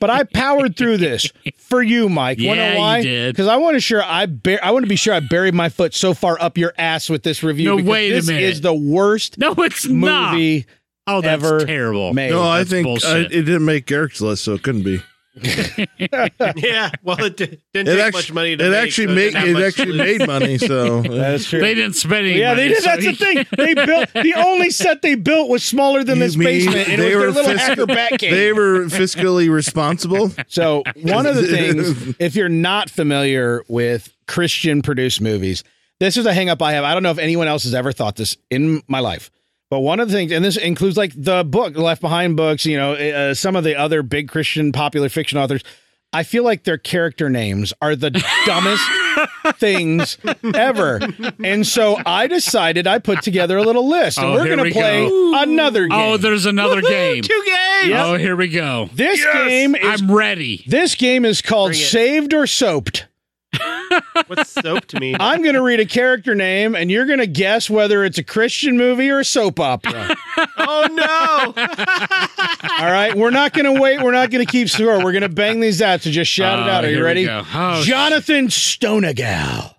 But I powered through this for you, Mike.
Yeah,
Wanna
you
why?
did.
Because I want to sure I bur- I want to be sure I buried my foot so far up your ass with this review.
No,
because
wait a
this
minute.
Is the worst
No, it's not.
movie
Oh, that's
ever
terrible.
made.
No, I
that's
think I,
bullshit.
it didn't make Eric's list, so it couldn't be.
yeah. Well, it di- didn't
It
take
actually,
much money to
it
make.
actually
so
made
didn't have
it
much to
actually
lose.
made money. So
That's true.
They didn't spend any
Yeah, they
money,
did.
so
That's the
he-
thing. They built the only set they built was smaller than
You
this
mean
basement, and it was
they
their
were
little
fiscal-
hacker back cave.
they were fiscally responsible.
so one of the things, if you're not familiar with Christian produced movies, this is a hang up I have. I don't know if anyone else has ever thought this in my life. But one of the things, and this includes like the book, Left Behind books, you know, uh, some of the other big Christian popular fiction authors. I feel like their character names are the dumbest things ever. And so I decided I put together a little list, and
Oh,
we're going
here
to
we
play
go.
another game.
Oh, there's another game.
Two games.
Oh, here we go.
this game is
I'm ready.
this game is called
Bring it.
Saved or Soaped.
What's soap to me?
I'm going to read a character name, and you're going to guess whether it's a Christian movie or a soap opera.
oh no!
All right, we're not going to wait. We're not going to keep score. We're going to bang these out. So just shout it
Oh,
out. Are
here
you
we
ready?
go. Oh,
Jonathan Stonegal.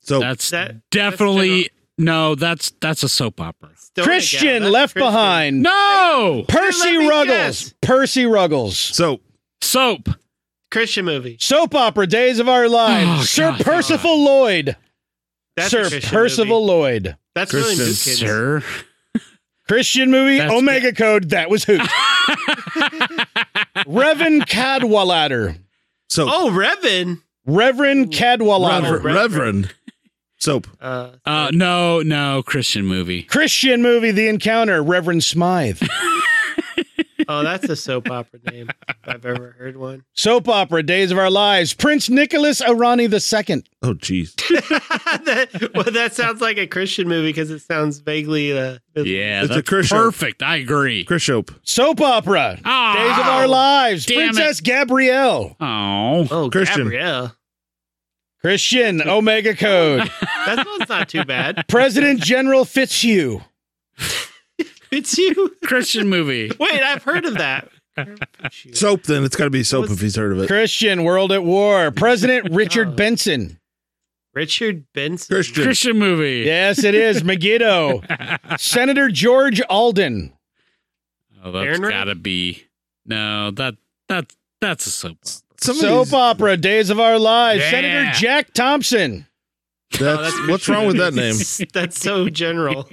So
That's
That-
definitely no. That's that's a soap opera.
Don't
Christian
again. That's
Left
Christian.
Behind.
No
Percy
Let me
Ruggles.
guess.
Percy Ruggles.
so
soap.
Christian movie.
Soap opera Days of Our Lives.
Oh,
Sir
God.
Percival Lloyd.
That's a
Sir
Christian
Percival
Movie.
Lloyd.
That's really new kids.
Sir.
Christian movie
That's
Omega Code. That was who? Reverend Cadwallader.
so
Oh, Revan.
Reverend Cadwallader.
Rever-
Reverend.
Reverend soap.
Uh,
Uh, no, no Christian movie.
Christian movie The Encounter. Reverend Smythe.
oh, that's a soap opera name if I've ever heard one.
Soap opera Days of Our Lives. Prince Nicholas Arani II.
Oh, jeez.
that, well, that sounds like a Christian movie because it sounds vaguely. Uh,
Yeah,
It's a
that's
Christian.
perfect. I agree.
Chris Soap.
Soap opera
Oh,
Days of Our Lives.
damn it.
Princess Gabrielle.
Oh,
Oh,
Christian.
Gabrielle.
Christian Omega Code.
That one's not too bad.
President General Fitzhugh.
It's you.
Christian movie.
Wait, I've heard of that.
Soap. Then it's got to be soap if he's heard of it.
Christian World at War. President Richard
Oh.
Benson.
Richard Benson.
Christian.
Christian movie.
Yes, it is. Megiddo. Senator George Alden.
Oh, that's
Aaron Rodgers?
gotta be. No, that that that's a soap. opera.
Some of
Soap
these-
opera Days of Our Lives.
Yeah.
Senator Jack Thompson.
Oh,
That's,
that's
what's wrong with that name?
That's so general.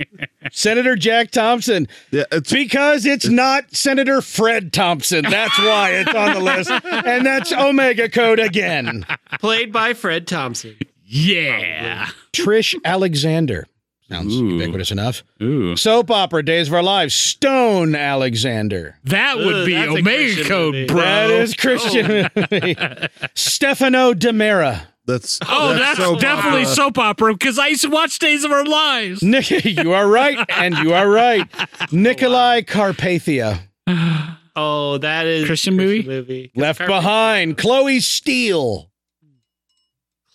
Senator Jack Thompson.
Yeah, it's
Because it's not Senator Fred Thompson. That's why it's on the list. And that's Omega Code again.
Played by Fred Thompson.
Yeah.
Oh,
Trish Alexander. Sounds
Ooh.
ubiquitous enough.
Ooh.
Soap opera Days of Our Lives. Stone Alexander.
That would
Ugh,
be
that's a
Omega
Christian
Code,
movie.
bro.
That is Christian. Stefano Demera.
that's
oh, that's,
soap
definitely
opera.
soap opera because I used to watch Days of Our Lives.
Nick, you are right, and you are right. Nikolai Carpathia.
Oh, that is
Christian movie?
Movie
Left behind. Chloe Steele.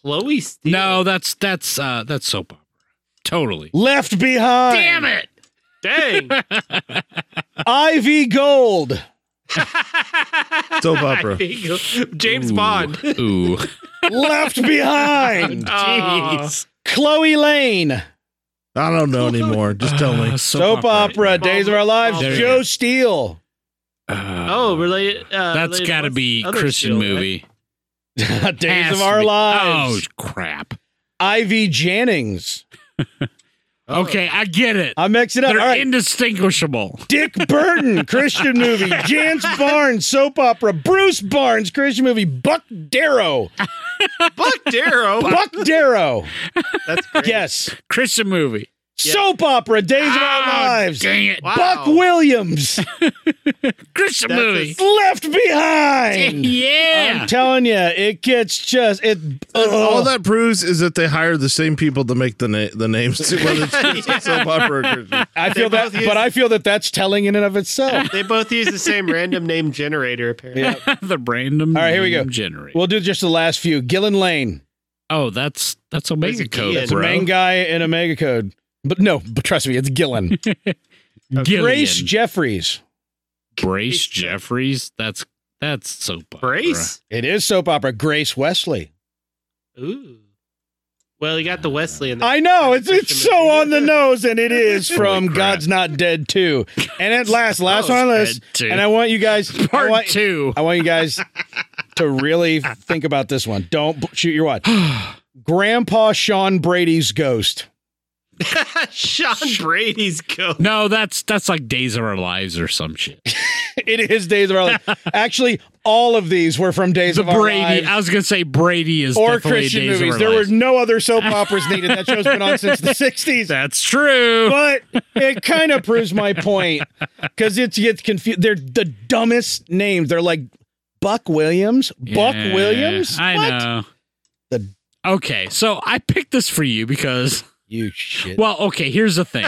Chloe Steele.
No, that's that's uh that's soap opera. Totally.
Left behind.
Damn it.
dang.
Ivy Gold.
soap opera.
James Bond.
Ooh.
Left behind.
Jeez.
Chloe Lane.
I don't know anymore. Just tell me.
Uh,
Soap opera. Days of Our Lives.
There
you
Joe
go.
Steele.
Uh,
Oh, related. Uh,
that's
related
got to
what's
be
other
Christian
Steele,
movie.
Days
Has
of
to
Our
be.
Lives.
Oh crap.
Ivy Jannings.
Okay, I get it.
Oh. I mix it up.
They're
All right.
indistinguishable.
Dick Burton, Christian movie. Jance Barnes, soap opera. Bruce Barnes, Christian movie. Buck Darrow.
right? Buck Darrow.
Buck Darrow.
That's great.
Yes.
Christian movie.
Soap opera, Days of Our
Ah,
Lives.
Dang it.
Wow.
Buck Williams.
Christian
That's a
movie.
Left behind. I'm
yeah.
telling you, it gets just it. uh,
All
ugh.
that proves is that they hire the same people to make the na- the names to whether it's a soap opera or Christian.
I feel
They
that,
both use-
but I feel that that's telling in and of itself.
They both use the same random name generator, apparently.
Yeah.
the random.
All right, here we
name
go.
Generate.
We'll do just the last few. Gillen Lane,
oh, that's that's Omega
That's
Code,
Ian,
bro.
main guy in Omega Code, but no, but trust me, it's Gillen.
Gillian.
Grace Jeffries.
Brace Jeffries. That's that's soap opera.
Brace.
It is soap opera. Grace Wesley.
Ooh. Well, you got the Wesley in there.
I know it's it's so on the nose, and it is from
Holy crap.
God's Not Dead Two. And at last, last one on the list,
Dead 2.
and I want you guys I
Part
want,
two.
I want you guys to really think about this one. Don't b- shoot your watch. Grandpa Sean Brady's ghost.
Sean Brady's ghost.
No, that's that's like Days of Our Lives or some shit.
It is Days of Our Lives. Actually, all of these were from Days
The
of Our
Brady.
Lives.
I was gonna say Brady is
Or
definitely
Christian
Days
movies.
Of Our
There were
Lives.
no other soap operas needed. That show's been on since the 60s.
That's true.
but it kind of proves my point because it gets confused. They're the dumbest names. They're like Buck Williams, Buck
Yeah,
Williams.
I
What?
know.
The-
okay, so I picked this for you because,
You shit.
well, okay, here's the thing.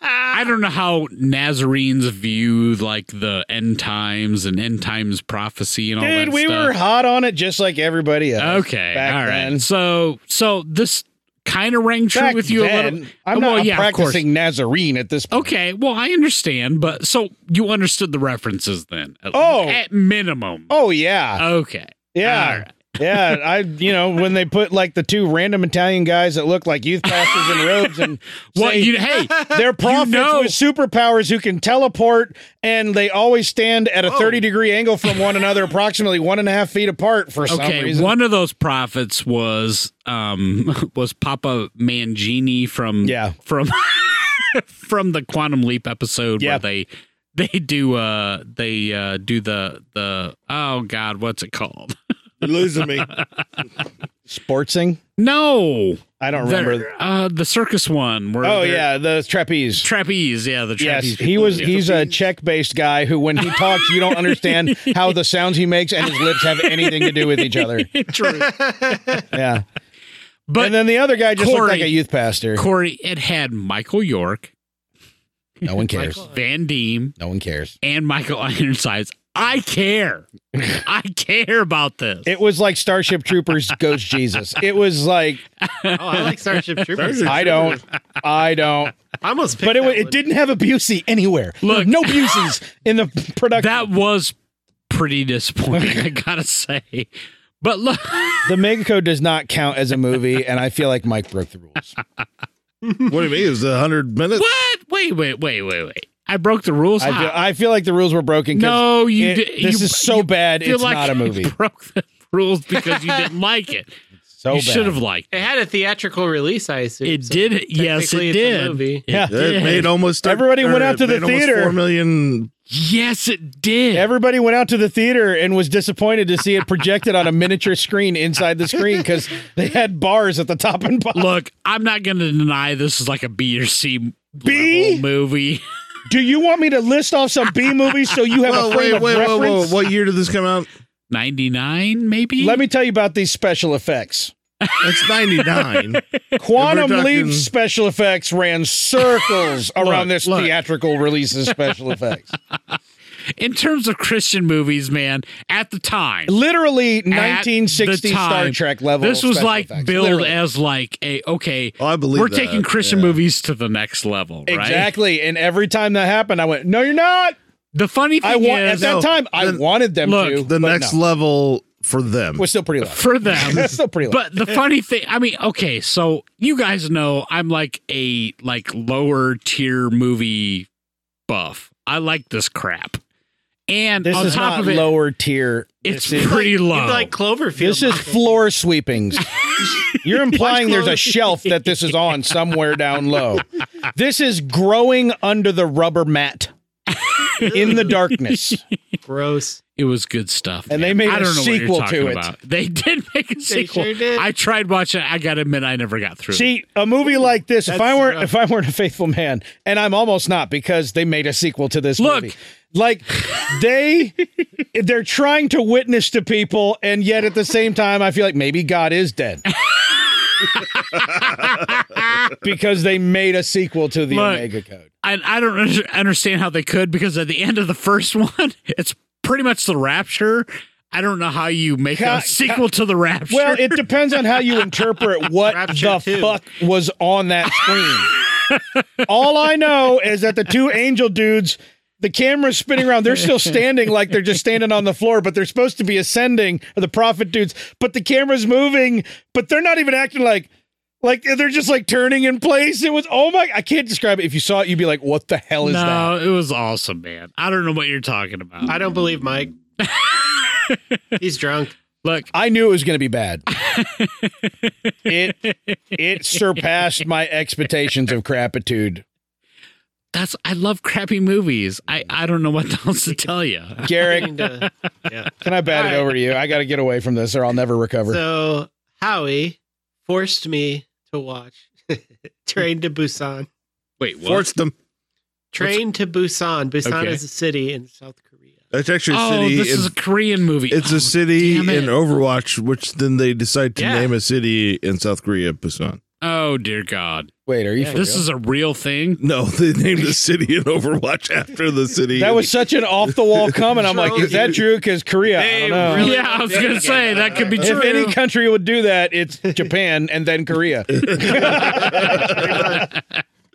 I don't know how Nazarenes view like the end times and end times prophecy and all that
Dude, we
stuff.
were hot on it just like everybody else.
Okay.
back
all right.
then.
So so this kind of rang true
Back
with you
then,
a little. Uh,
I'm
well,
not
yeah, of course.
practicing Nazarene at this point.
Okay. Well, I understand, but so you understood the references then. At,
Oh.
at minimum.
Oh yeah,
Okay.
yeah,
Uh, all right.
yeah. I you know when they put like the two random Italian guys that look like youth pastors in robes and
Well,
say,
you hey,
They're prophets
know-
with superpowers who can teleport, and they always stand at a 30 degree angle from one another, approximately one and a half feet apart for some
okay.
reason.
One of those prophets was um was Papa Mangini from
Yeah.
from from the Quantum Leap episode
Yeah.
where they they do uh they uh do the the oh god what's it called
You're losing me.
Sportsing?
no
I don't
The-
remember.
uh, the circus one. Where
Oh,
they're-
yeah, the trapeze.
trapeze. Yeah, the
Yes,
trapeze.
he was.
Yeah.
He's a Czech-based guy who, when he talks, you don't understand how the sounds he makes and his lips have anything to do with each other.
True.
Yeah,
But
and then the other guy just looked
Corey-
like a youth pastor.
Corey, it had Michael York,
No one cares.
Van Diem,
No one cares.
and Michael Ironsides. I care. I care about this.
It was like Starship Troopers Ghost Jesus. It was like
Oh, I like Starship Troopers.
I don't, I don't.
I almost picked
but it,
that
wa- it
one.
didn't have a Busey anywhere.
Look.
no Buseys in the production.
that was pretty disappointing. I gotta say. But look,
the Megacode does not count as a movie, and I feel like Mike broke the rules.
What do you mean? It was hundred minutes.
what? Wait, wait, wait, wait, wait. I broke the rules.
I
How?
feel, I feel like the rules were broken. 'cause
No, you
it-
did-
This
you-
is so
you
bad.
feel
It's
like
not a
you
movie.
broke the rules because you didn't like it.
So
you
bad.
should have liked.
It had a theatrical release, I assume.
It
so
did. Yes,
technically
it
it's a
did.
movie.
Yeah.
It
It
did.
made almost
Everybody went
or
out to
it
the
made almost
theater.
Four million.
Yes, it did.
Everybody went out to the theater and was disappointed to see it projected on a miniature screen inside the screen because they had bars at the top and bottom.
Look, I'm not going to deny this is like a B or C
B?
level movie.
Do you want me to list off some B movies so you have
Well,
a frame
wait,
of
wait, whoa,
reference?
whoa! What year did this come out?
99, maybe?
Let me tell you about these special effects.
It's ninety nine.
Quantum
If we're talking-
Leap special effects ran circles around
Look,
this
look.
theatrical release's special effects.
In terms of Christian movies, man, at the time.
Literally
at the
1960s Star
time,
Trek level.
This was
special
like
effects.
billed
Literally.
as like a okay.
Oh, I believe
we're
that,
taking Christian
yeah.
movies to the next level, right?
Exactly. And every time that happened, I went, No, you're not.
The funny thing
I want at
is
that
No,
time I
the-
wanted them
look,
to.
The
but
next
no.
level for them.
was still pretty low.
for them.
That's still pretty low.
But the funny thing, I mean, okay, so you guys know I'm like a like lower tier movie buff. I like this crap, and
this
on
is
top
not
of it,
lower tier.
it's
This is-
pretty low.
You like Cloverfield.
This is floor sweepings. You're implying there's a
Cloverfield.
shelf that this is on somewhere down low. This is growing under the rubber mat in the darkness.
Gross.
It was good stuff.
And they
man.
made
I
a
don't know what you're
sequel to
talking
it.
about. They did make a sequel.
sure did.
I tried watching. it. I gotta admit, I never got through. it.
See, a movie like this, if
That's
I weren't
rough.
if I weren't a faithful man, and I'm almost not because they made a sequel to this
Look.
movie. Like they they're trying to witness to people, and yet at the same time, I feel like maybe God is dead. because they made a sequel to the
Look.
Omega Code.
I, I don't under- understand how they could because at the end of the first one, it's pretty much the Rapture. I don't know how you make
Ca-
a sequel to the Rapture.
Well, it depends on how you interpret what
Rapture
the
two.
fuck was on that screen. All I know is that the two angel dudes, the camera's spinning around. They're still standing like they're just standing on the floor, but they're supposed to be ascending, or the prophet dudes, but the camera's moving, but they're not even acting like. Like they're just like turning in place. It was oh my! I can't describe it. If you saw it, you'd be like, "What the hell is that?"
no, it was awesome, man. I don't know what you're talking about.
I don't believe Mike. He's drunk.
Look,
I knew it was going to be bad. it it surpassed my expectations of crapitude.
that's I love crappy movies. I I don't know what else to tell you.
Garrick,
And, uh, yeah.
can I bat it over to you? I got to get away from this, or I'll never recover.
So Howie forced me to watch Train to Busan.
Wait, what?
Forced them.
Train to Busan. Busan
Okay.
is a city in South Korea.
That's actually a
oh,
city.
this
in-
is a Korean movie.
It's
Oh,
a city
damn it.
in Overwatch, which then they decide to
Yeah.
name a city in South Korea Busan.
Oh dear God!
Wait, are you? for
This
real?
is a real thing.
No, they named the city in Overwatch after the city.
that was such an off the wall comment. I'm like, is that true? Because Korea, I don't know.
Really?
yeah, I was gonna say that could be
If
true.
any country would do that, it's Japan and then Korea.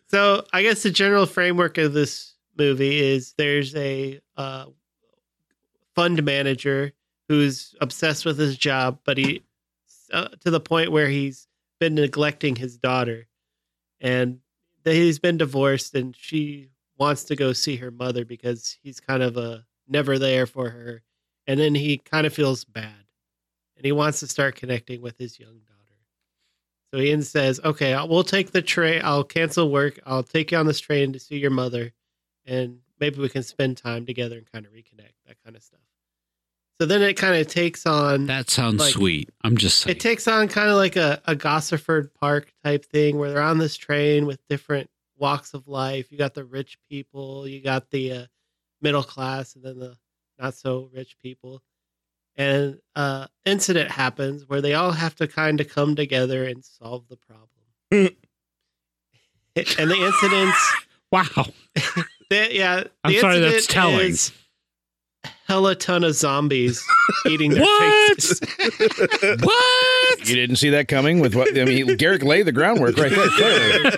So I guess the general framework of this movie is there's a uh, fund manager who's obsessed with his job, but he uh, to the point where he's been neglecting his daughter, and that he's been divorced, and she wants to go see her mother because he's kind of a never there for her, and then he kind of feels bad, and he wants to start connecting with his young daughter. So Ian says, "Okay, I- we'll take the train. I'll cancel work. I'll take you on this train to see your mother, and maybe we can spend time together and kind of reconnect that kind of stuff." So then it kind of takes on
that sounds
Like-
sweet. I'm just saying.
it takes on kind of like a, a Gossafford Park type thing where they're on this train with different walks of life. You got the rich people, you got the uh, middle class, and then the not so rich people. And uh, incident happens where they all have to kind of come together and solve the problem. and the incidents,
wow.
the, yeah, the
I'm sorry, that's
incident
telling.
is Hella ton of zombies eating their
What?
faces.
What?
You didn't see that coming with what I mean. Garrick laid the groundwork right there.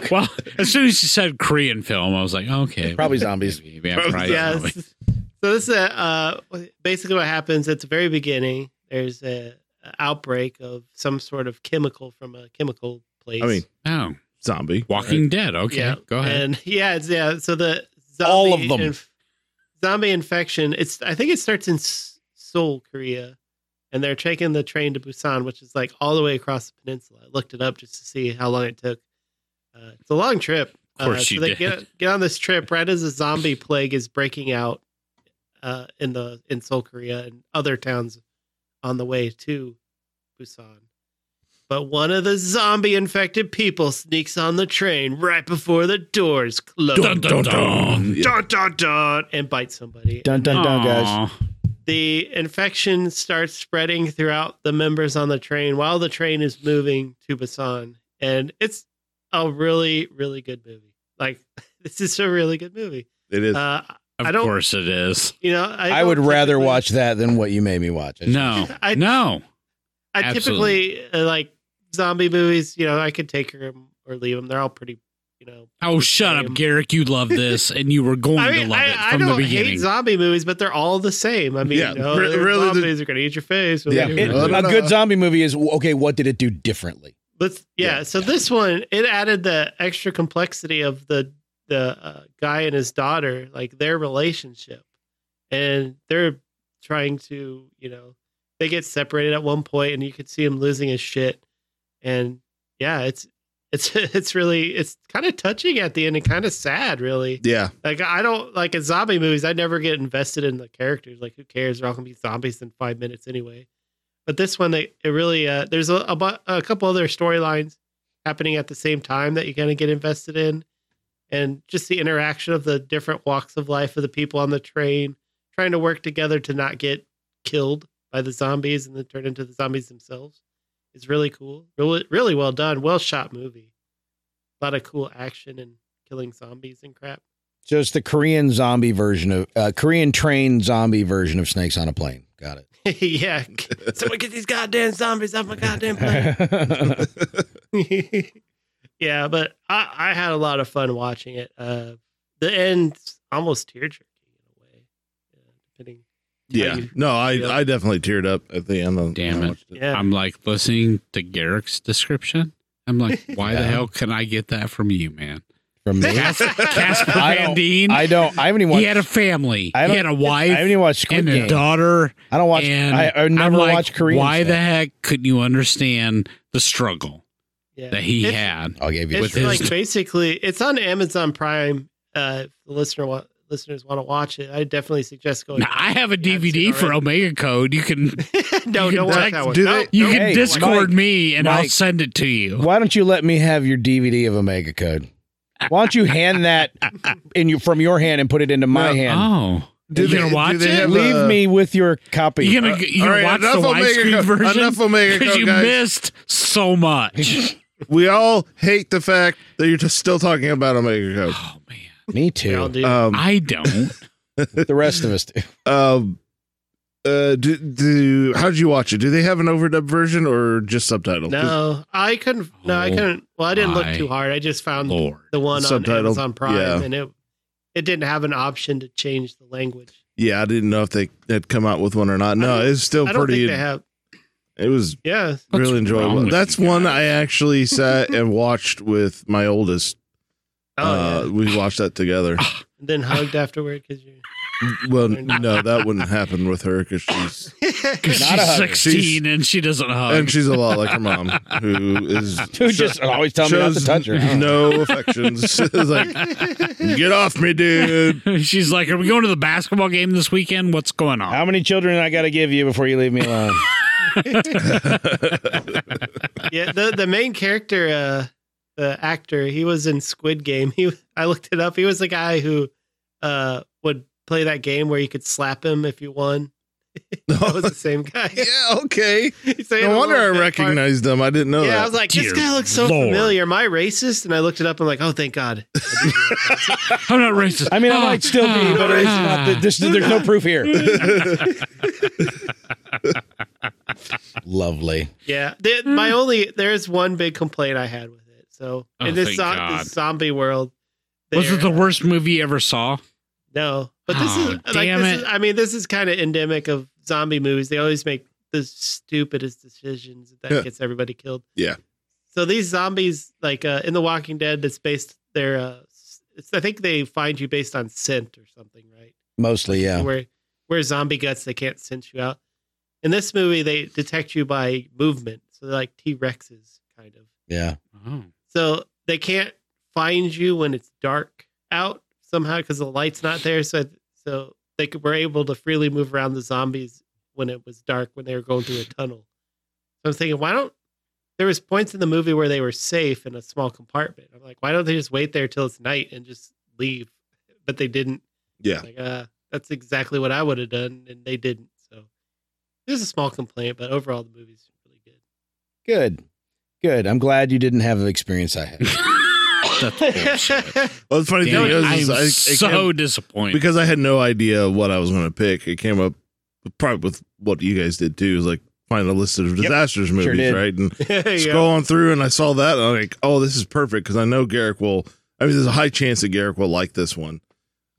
Clearly.
Well, as soon as you said Korean film, I was like, okay,
Probably zombies.
Yeah, probably
yes.
zombies.
So this is uh, basically what happens at the very beginning. There's a, a outbreak of some sort of chemical from a chemical place.
I mean,
Oh,
zombie.
Walking Dead. Okay,
Yeah.
go ahead.
And yeah, it's, yeah. So the zombie
All of them.
inf- zombie infection. It's I think it starts in S- Seoul, Korea, and they're taking the train to Busan, which is like all the way across the peninsula. I looked it up just to see how long it took. Uh, it's a long trip.
Of course
uh,
you
so they
did.
get get on this trip right as the zombie plague is breaking out uh, in the in Seoul, Korea, and other towns on the way to Busan. But one of the zombie infected people sneaks on the train right before the doors close.
Dun, dun, dun.
Yeah.
dun, dun, dun, and bites somebody.
Dun dun dun, guys.
Aw.
The infection starts spreading throughout the members on the train while the train is moving to Busan. And it's a really, really good movie. Like, this is a really good movie.
It is.
Uh,
Of
I don't-
course it is.
you know, I,
I would
don't
rather
typically-
watch that than what you made me watch.
No,
I-
no.
I typically uh, like zombie movies. You know, I could take them or leave them. They're all pretty, you know.
Oh, shut up,
same.
Garrick. You love this, and you were going
I
to
mean,
love
I,
it
I
from the
don't hate
beginning.
zombie movies, but they're all the same. I mean,
Yeah,
you know,
re-
they're
really the-
zombies are going to eat your face.
Yeah.
They're
It-
gonna-
No,
a
no,
good
no.
zombie movie is okay. What did it do differently?
Let's yeah.
Yeah,
so this one it added the extra complexity of the the uh, guy and his daughter, like their relationship, and they're trying to you know they get separated at one point, and you could see him losing his shit, and yeah, it's It's it's really it's kind of touching at the end and kind of sad, really.
Yeah.
Like I don't like in zombie movies, I never get invested in the characters. Like who cares? They're all gonna be zombies in five minutes anyway. But this one, they it really uh, there's a, a, bu- a couple other storylines happening at the same time that you kind of get invested in, and just the interaction of the different walks of life of the people on the train trying to work together to not get killed by the zombies and then turn into the zombies themselves is really cool. Really, really well done. Well shot movie. A lot of cool action and killing zombies and crap.
So it's the Korean zombie version of uh, Korean train zombie version of Snakes on a Plane. Got it.
yeah. Someone get these goddamn zombies off my goddamn plane. yeah, but I, I had a lot of fun watching it. Uh, the end's almost tear jerking in a way, yeah, depending. how
Yeah.
you-
No, I
Yeah.
I definitely teared up at the end. Of,
Damn
when I
it.
watched
yeah.
I'm like listening to Garrick's description. I'm like, why the
Yeah.
hell can I get that from you, man?
From me,
Casper
I
Van
don't-
Dien.
I don't. I haven't even
he
watched.
had a family. He
I don't-
had a
I haven't
wife
even watched Squid
and a
Game.
daughter.
I don't watch.
and
I, I
I'm
never
like,
watch Korean.
Why
stuff.
the heck couldn't you understand the struggle
yeah.
that he
It's-
had?
I'll give you.
It's
his-
like basically it's on Amazon Prime. Uh, if the listener wa- listeners want to watch it, I definitely suggest going.
Now, I have a
Yeah, I've seen
DVD for
already.
Omega Code. You can
no,
you
don't
can
watch
like-
that one.
do
No,
they-
you can
don't watch
Hey,
that one.
Discord me and I'll
Mike.
send it to you.
Why don't you let me have your DVD of Omega Code? Why don't you hand that in you from your hand and put it into my
No.
hand?
Oh,
Do
you
they-
gonna
do
watch
they
it?
have a-
Leave me with your copy.
You gonna you gonna
all right,
watch the
enough Omega
widescreen
Code-
version?
enough Omega
because
Code,
you
guys.
missed so much.
We all hate the fact that you're just still talking about Omega Code.
oh man,
me
We all
too.
do.
Um,
I don't.
The rest of us. Do.
um, uh, do, do how'd you watch it? Do they have an overdub version or just subtitled?
no, I couldn't. No,
Oh,
I couldn't. Well, I didn't
my
look too hard. I just found
Lord.
the one
Subtitle,
on Amazon Prime,
yeah.
and it it didn't have an option to change the language.
Yeah, I didn't know if they had come out with one or not. No,
don't-
it's still
I don't
pretty.
think they have.
It was
Yeah,
What's
really
wrong
enjoyable.
with
That's
you
one
guys?
I actually sat and watched with my oldest.
oh,
uh,
yeah.
We watched that together.
And then hugged afterward because you're.
well, no, that wouldn't happen with her because she's
Because
Not a
she's
hugger.
16
She's-
and she doesn't hug.
and she's a lot like her mom, who is
Who just always tell me not to
shows
touch her.
No affections. It's like, get off me, dude.
she's like, Are we going to the basketball game this weekend? What's going on?
How many children I got to give you before you leave me alone?
yeah the the main character uh the actor he was in squid game he i looked it up he was the guy who uh would play that game where you could slap him if you won that was the same guy
yeah, okay.
So he had a
No wonder I
little bit part-
recognized them. I didn't know
yeah, I
that.
was like, this
Dear
guy looks so
Lord.
familiar. Am I racist? And I looked it up. I'm like, oh, thank God.
I'm not racist.
I mean, I
Ah,
might still be,
ah,
but it's not. The, this, there's no proof here. Lovely.
Yeah. The, my
Mm.
only there's one big complaint I had with it. So
Oh,
in this,
thank
zo-
God.
this zombie world,
Was it
there-
the worst movie you ever saw?
No, but this
Oh,
is like
damn
this
it.
is, I mean, this is kind of endemic of zombie movies. They always make the stupidest decisions that
Yeah.
gets everybody killed.
Yeah.
So these zombies, like uh, in The Walking Dead, that's based their. Uh, s- it's, I think they find you based on scent or something, right?
Mostly, yeah.
Where where zombie guts, they can't sense you out. In this movie, they detect you by movement, so they're like T Rexes, kind of.
Yeah.
Oh.
So they can't find you when it's dark out somehow because the light's not there. So so they could, were able to freely move around the zombies when it was dark when they were going through a tunnel. So I'm thinking, why don't there was points in the movie where they were safe in a small compartment. I'm like, why don't they just wait there till it's night and just leave? But they didn't.
yeah.
Like, uh, that's exactly what I would have done, and they didn't. So there's a small complaint, but overall the movie's really good.
Good. Good. I'm glad you didn't have the experience I had.
That's bullshit.
Well, the funny
Damn
thing
it,
is,
I
is
am
I- it
so
came-
disappointed.
because I had no idea what I was going to pick. It came up probably with what you guys did too. Is like find a list of disasters movies,
did.
right? And
Yeah.
scrolling through, and I saw that, and I'm like, oh, this is perfect because I know Garrick will. I mean, there's a high chance that Garrick will like this one.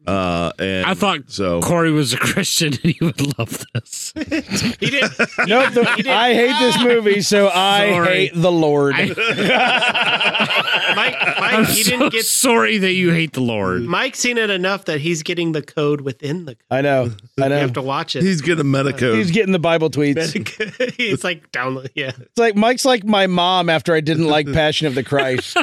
Uh, and
I thought
so.
Corey was a Christian and he would love this.
He did.
Nope, the- I hate this movie, so I
Sorry.
hate the Lord.
Mike,
I'm
Mike, he
so
didn't get. Mm.
sorry that you hate the Lord.
Mike's seen it enough that he's getting the code within the code.
I know, I
You
know.
have to watch it.
He's getting Medicode.
He's getting the Bible tweets. It's
it's like download. Yeah.
like Mike's like my mom after I didn't like Passion of the Christ.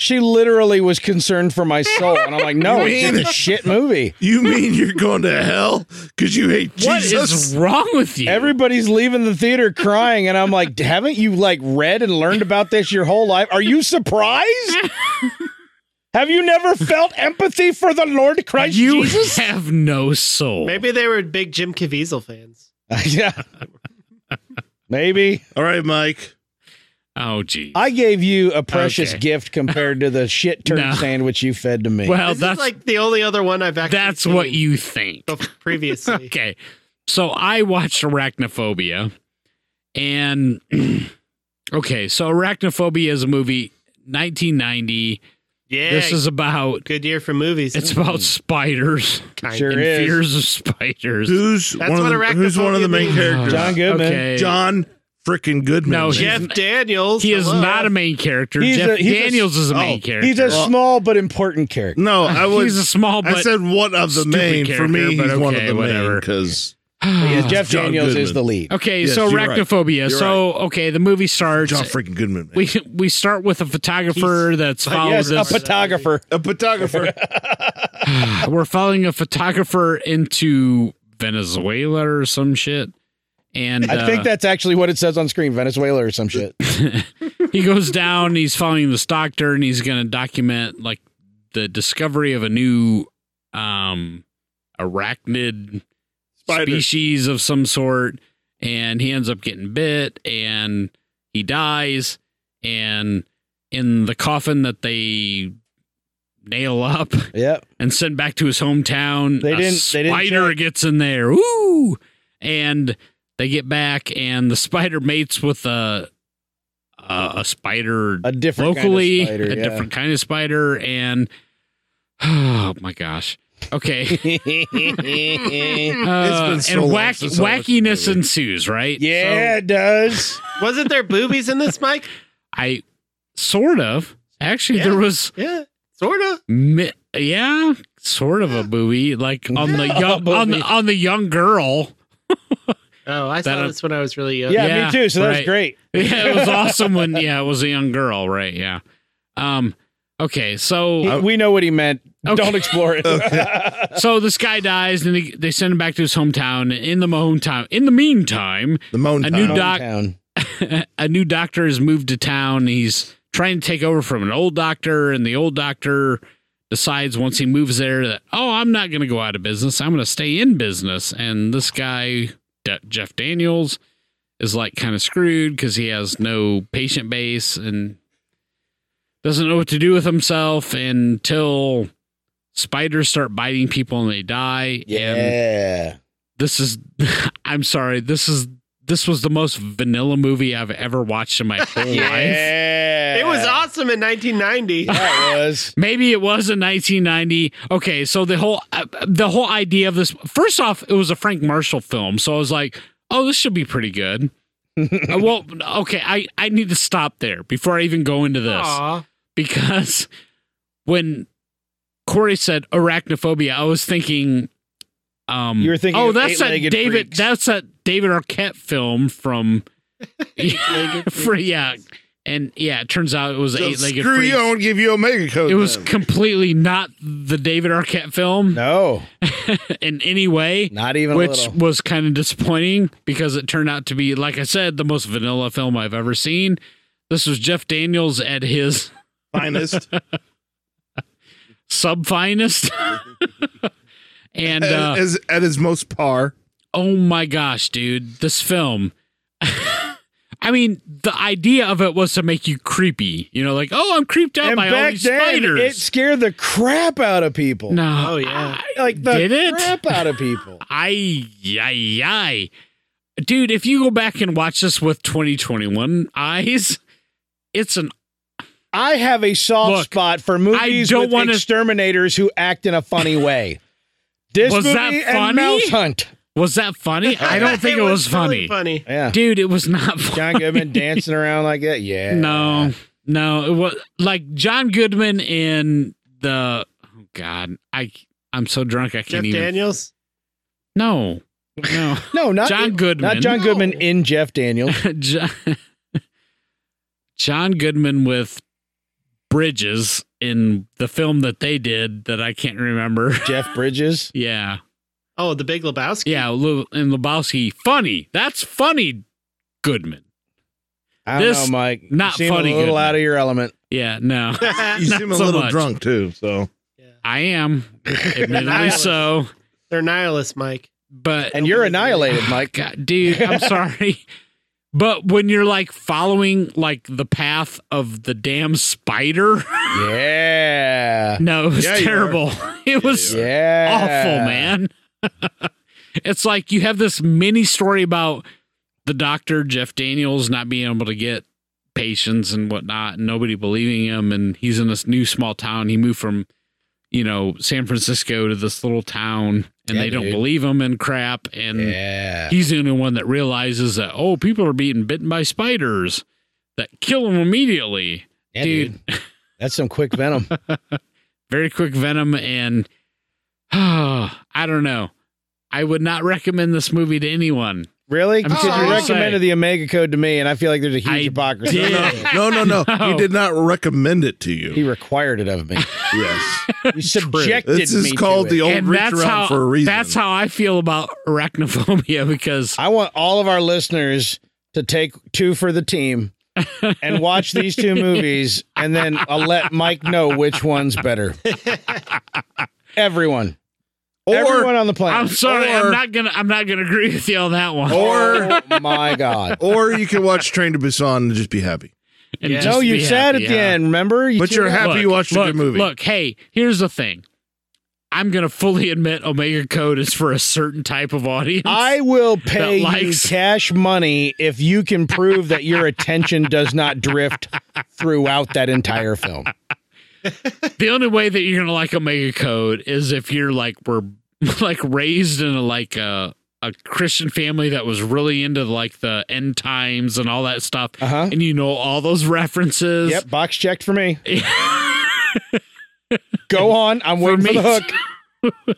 She literally was concerned for my soul, and I'm like, no, it's just a shit movie.
you mean you're going to hell because you hate
What is
Jesus?
wrong with you?
Everybody's leaving the theater crying, and I'm like, haven't you like read and learned about this your whole life? Are you surprised? Have you never felt empathy for the Lord Christ
you
Jesus?
have no soul.
Maybe they were big Jim Caviezel fans.
yeah. Maybe.
All right, Mike.
Oh, gee.
I gave you a precious
Okay.
gift compared to the shit turd
No.
sandwich you fed to me.
Well,
this
Oh, that's
is like the only other one I've actually.
that's
seen
what you think.
bef- previously.
Okay. So I watched Arachnophobia and okay, so Arachnophobia is a movie 1990.
Yeah.
This is about
good year for movies.
it's
Mm.
about spiders
Kind
sure
and
is.
fears of spiders. Uh,
Who's
That's
one, of
what
the, who's one of the main
arachnophobia
characters?
John Goodman.
Okay.
John freaking Goodman.
No,
man.
Jeff Daniels.
He is
hello.
not a main character.
He's
Jeff
a- he's a-
Daniels is a main
oh,
character.
He's a
Well-
small but important character.
No, I would.
He's a small
I
but
said one of the
stupid
main. For
character,
me, he's
but
one of
okay,
the main
whatever.
because
Yeah, Jeff
John
Daniels is
Goodman.
the lead.
Oh, Okay,
Yes,
so
you're right.
arachnophobia.
You're
so okay, the movie starts
John freaking Goodman. man.
we we start with a photographer that's
uh,
followed
Yes, a
this
photographer.
a photographer.
we're following a photographer into Venezuela or some shit. And
I think
uh,
that's actually what it says on screen, Venezuela or some shit.
he goes down, he's following this doctor, and he's going to document like the discovery of a new um, arachnid
Spider.
species of some sort. And he ends up getting bit and he dies. And in the coffin that they nail up,
yep.
and sent back to his hometown.
They
A
didn't- they didn't
Spider gets in there. Ooh, and they get back, and the spider mates with a a, a spider
A different kind of
locally,
spider,
a
yeah.
different kind of spider, and oh my gosh. Okay. Uh,
been so
and
long
whack,
since I watched the
wackiness
movie.
ensues, right?
yeah, it does.
Wasn't there boobies in this, Mike?
I sort of actually
Yeah.
there was
Yeah, sort of.
mi- yeah, sort of a booby like on the young on the,
Booby.
on the young girl.
Oh, I saw
That, uh,
this when I was really young.
Yeah,
Yeah,
me too. So that's
right.
great.
yeah, it was awesome when yeah, it was a young girl, right? Yeah. Um okay,
He-
so
we know what he meant.
Okay.
Don't explore it.
so this guy dies and they, they send him back to his hometown in the hometown. In the meantime,
the moan
A new
time.
doc- a new doctor has moved to town. He's trying to take over from an old doctor and the old doctor decides once he moves there that oh, I'm not going to go out of business. I'm going to stay in business. And this guy De- Jeff Daniels is like kind of screwed because he has no patient base and doesn't know what to do with himself until spiders start biting people and they die. And
Yeah.
this is, I'm sorry, this is, this was the most vanilla movie I've ever watched in my whole life.
Yeah.
It was awesome in 1990.
That was.
Maybe it was in 1990. Okay, so the whole uh, the whole idea of this. First off, it was a Frank Marshall film, so I was like, "Oh, this should be pretty good." Uh, well, okay, I I need to stop there before I even go into this
Aw.
because when Corey said arachnophobia, I was thinking, um,
You were thinking
oh,
of
that's that
eight-legged
David,
freaks.
that's that David Arquette film from, yeah, for, yeah, and yeah, it turns out it was
So
eight legged.
Screw you! I won't give you omega code.
It was
then.
completely not the David Arquette film
No,
in any way,
not even a
which
little.
was kind of disappointing because it turned out to be, like I said, the most vanilla film I've ever seen. This was Jeff Daniels at his
finest.
sub finest. and
At-
uh,
as at his most par.
oh my gosh, dude, this film. I mean, the idea of it was to make you creepy. You know, like, oh, I'm creeped out
And
by all
back
these
then,
spiders.
it scared the crap out of people.
no,
Oh, yeah.
like the
Did it?
crap out of people.
I, ay, ay. Dude, if you go back and watch this with 2021 eyes, it's an.
I have a soft
Look,
spot for movies
don't
with
wanna-
exterminators who act in a funny way. This
Was
movie
that funny?
and Mouse Hunt.
Was that funny? I don't think it, was,
really
funny.
funny.
Yeah.
Dude, it was not funny.
John Goodman dancing around like that. Yeah.
No, no. It was like John Goodman in the. Oh God, I I'm so drunk I
Jeff
can't even.
Daniels.
No, no.
No, not
John Goodman.
Not John Goodman in Jeff Daniels.
John, John Goodman with Bridges in the film that they did that I can't remember.
Jeff Bridges.
Yeah,
Oh, the Big Lebowski.
yeah. Lu- And Lebowski, funny. That's funny. Goodman.
I don't
This-
know, Mike. You
not
seem
funny
A little
Goodman.
out of your element.
Yeah, no.
You
Not
seem a
so
little
much.
drunk too, so
I am, admittedly so.
They're nihilists, Mike.
But
And you're annihilated, Mike.
Oh, God, dude, I'm sorry. But when you're like following like the path of the damn spider,
Yeah.
no, it was
Yeah, you are.
terrible. It was
Yeah.
awful, man. it's like you have this mini story about the doctor Jeff Daniels not being able to get patients and whatnot, and nobody believing him, and he's in this new small town. He moved from, you know, San Francisco to this little town, and
Yeah,
they don't
dude.
believe him and crap, and
Yeah.
he's the only one that realizes that oh people are being bitten by spiders that kill them immediately
Yeah,
dude.
That's some quick venom.
very quick venom and i don't know i would not recommend this movie to anyone
Really?
I'm
Because
sorry
you
to
recommended
say.
the Omega Code to me, and I feel like there's a huge
I
hypocrisy.
did.
No, no, no.
no, no, no.
No.
He did not recommend it to
He
you.
required it of me.
Yes,
You subjected
this
me
is
to
called
it.
the old
and
reach
that's
around
how
for a reason.
that's how i feel about arachnophobia because
I want all of our listeners to take two for the team and watch these two movies, and then I'll let Mike know which one's better. Everyone. Everyone on the
i'm
planet.
sorry
or-
i'm not gonna i'm not gonna agree with you on that one
or
oh my God.
or you can watch Train to Busan and just be happy.
And
Yeah.
just
No, you
be
said
happy,
at the
yeah.
end, remember? You
But you're
tuned
happy you watched a
look,
good movie.
Look, hey, here's the thing. I'm gonna fully admit Omega Code is for a certain type of audience.
I will pay you
likes-
cash money if you can prove that your attention does not drift throughout that entire film.
the only way that you're gonna like Omega Code is if you're like were like raised in a like a a Christian family that was really into like the end times and all that stuff,
Uh-huh.
and you know all those references.
Yep, box checked for me. Go on, I'm waiting for,
me
the hook.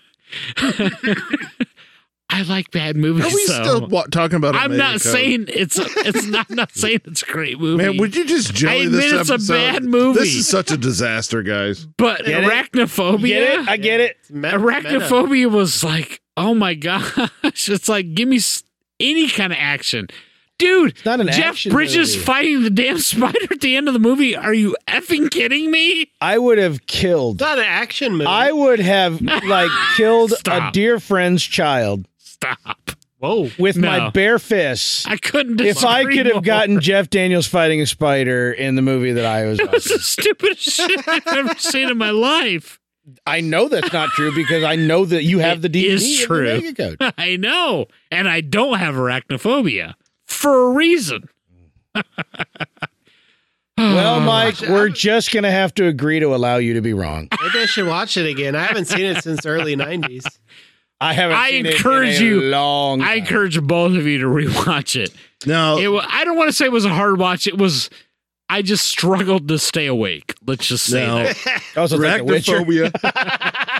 I like bad movies.
Are we
so
still wa- talking about?
I'm
Omega
not
Code?
saying it's it's not I'm not saying it's a great movie.
Man, would you just jelly
admit
this
it's a
episode?
bad movie.
This is such a disaster, guys.
but
Get it?
arachnophobia.
Get it? I get it.
It's met- meta.
Arachnophobia was like, oh my gosh. It's like, give me s- any kind of action. Dude,
not an
Jeff
action
Bridges
movie.
fighting the damn spider at the end of the movie. Are you effing kidding me?
I would have killed.
It's not an action movie.
I would have like killed a
Stop.
dear friend's child
Stop.
Whoa.
with my
No.
bare fists.
I couldn't
if I
disagree
could
more.
have gotten Jeff Daniels fighting a spider in the movie that I was,
That was the stupidest shit I've ever seen in my life.
I know that's not true because I know that you have the
It
DVD
is
of the
true.
Mega Code.
I know. And I don't have arachnophobia for a reason.
Well, Mike, we're just going to have to agree to allow you to be wrong.
Maybe I should watch it again. I haven't seen it since the early '90s.
I haven't.
I
seen it in
encourage
a
you-
Long.
I
time.
encourage both of you to rewatch it.
Now,
It wa I don't want to say it was a hard watch. It was. I just struggled to stay awake. Let's just say
now,
that.
Oh, so it's like The Witcher.
arachnophobia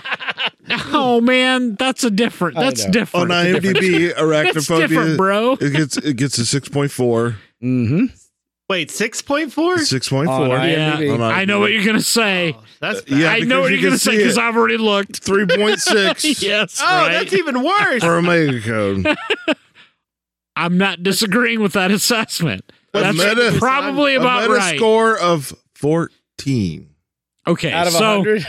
Oh man, that's a different.
I
That's
know.
on
different.
IMDb,
That's different,
arachnophobia.
bro.
It gets it gets a 6.4,
Mm-hmm.
Wait, six point four?
6.4.
On
Yeah,
IMDb.
On
I know what you're gonna
Oh.
say.
That's
Yeah,
I know
because
what
you
you're gonna
can
say
see
because
it.
I've already looked.
3.6
Yes.
oh,
right?
that's even worse.
for Omega Code.
I'm not disagreeing with that assessment.
A
That's
meta-
probably
a
about
meta
right.
score of 14.
Okay,
Out of a
so
hundred.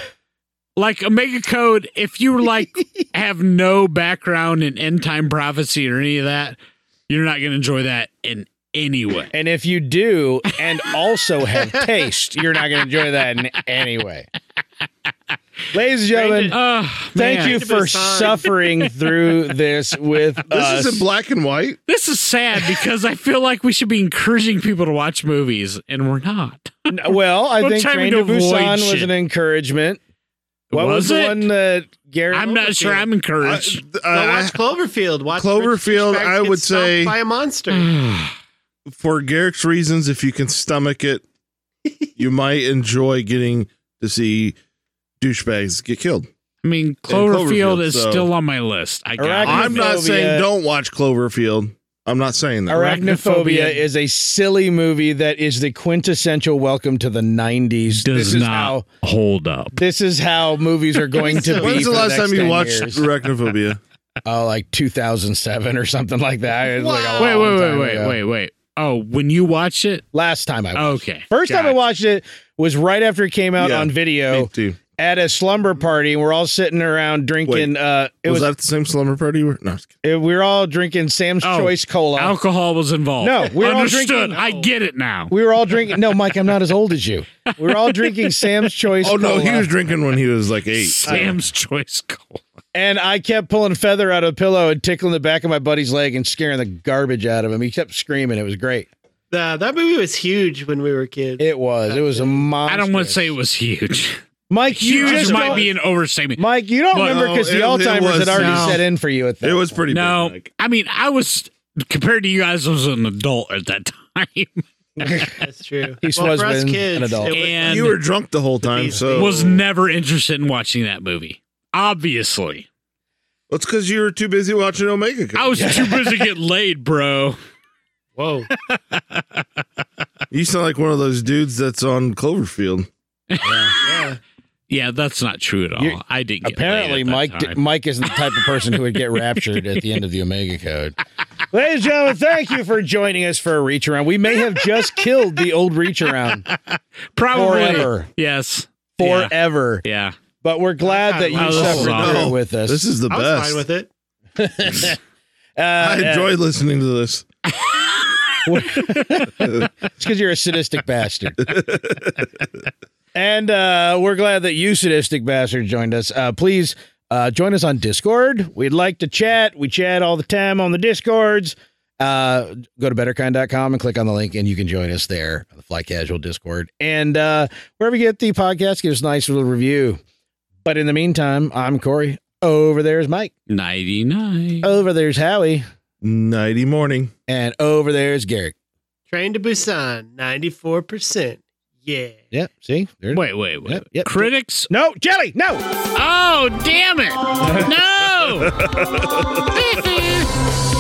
like Omega Code, if you were like have no background in end time prophecy or any of that, you're not gonna enjoy that in any way.
And if you do, and also have taste, you're not going to enjoy that in any way. Ladies and gentlemen,
Uh,
thank you for
Time.
suffering through this with
This
Uh,
us.
is in black and white.
This is sad because I feel like we should be encouraging people to watch movies, and we're not.
N- well, I
We're
think
trying
Train
to
to
avoid
Busan was
shit.
an encouragement. What was,
Was
the
it?
one that Gary?
I'm not sure. I'm
I,
encouraged.
Go
I-
watch Cloverfield. Watch
Cloverfield,
Rich Fishback
I
get
would
stomped
say-
by a monster.
Mm. I
for Garrick's reasons, if you can stomach it, you might enjoy getting to see douchebags get killed.
mean,
Cloverfield,
Cloverfield, is
so-
still on my list. I got
Arachne-
it.
I'm not
Arachnophobia.
saying don't watch Cloverfield. I'm not saying that.
Arachnophobia
Arachnophobia.
is a silly movie that is the quintessential welcome to the '90s. this
does
is
not
how
hold up.
this is how movies are going to be.
When's the
for
last
next
time you
10
watched
years.
Arachnophobia?
Oh, like 2007 or something like that. It was like a
Wait,
long
wait, wait,
time
wait,
ago.
wait, Uh, wait. Oh, when you watch it?
Last time I watched.
Okay.
it. First time I
Gotcha.
watched it was right after it came out
Yeah,
on
Me
video
too.
at a slumber party, and we're all sitting around drinking. uh, it
Was,
was,
that the same slumber party? You were? No, I'm just
it- we were all drinking Sam's
Oh,
Choice cola.
Alcohol was involved.
No, we're all
understood.
drinking-
I get it now.
we were all drinking. No, Mike, I'm not as old as you. We were all drinking Sam's Choice.
kidding. oh no,
cola,
he was drinking when he was like eight.
Sam's Choice Cola.
And I kept pulling feather out of the pillow and tickling the back of my buddy's leg and scaring the garbage out of him. He kept screaming. It was great.
Uh, that movie was huge when we were kids.
It was. It was a monster.
I don't want to say it was huge.
Mike. You
Huge
just
might
don't-
be an overstatement.
Mike, you don't
Well,
remember because the
it- it
Alzheimer's
was-
had already
no.
set in for you at that.
it was pretty.
no,
big, like-
I mean, I was compared to you guys, I was an adult at that time,
That's true.
He
well,
was
for us
an
kids,
adult.
it was-
and
you were drunk the whole time, so
Oh.
was never interested in watching that movie. Obviously,
it's because you were too busy watching Omega. Code.
I was too busy to get laid, bro.
whoa.
You sound like one of those dudes that's on Cloverfield.
Yeah, that's not true at all.
You-
I didn't. Get
Apparently,
laid at
Mike
that time.
Mike isn't the type of person who would get raptured at the end of the Omega Code. Ladies and gentlemen, thank you for joining us for a reach around. We may have just killed the old reach around
probably
forever.
Yes, Yeah.
forever,
Yeah.
but we're glad that you
Wow,
this is
suffered
awesome.
through it with us.
This is the
I was
best.
fine with it.
uh,
I enjoy listening to this.
It's because you're a sadistic bastard. and uh, we're glad that you, sadistic bastard, joined us. Uh, please uh, join us on Discord. We'd like to chat. We chat all the time on the Discords. Uh, go to betterkind.com and click on the link, and you can join us there on the Fly Casual Discord. And uh, wherever you get the podcast, give us a nice little review. But in the meantime, I'm Corey. Over there's Mike.
Ninety nine.
Over there's Howie.
Nighty morning.
And over there's Garrick.
Train to Busan, 94%. Yeah.
Yep. See? There's-
Wait, wait, wait.
Yep, yep.
Critics?
No, Jelly, no.
Oh, damn it! No.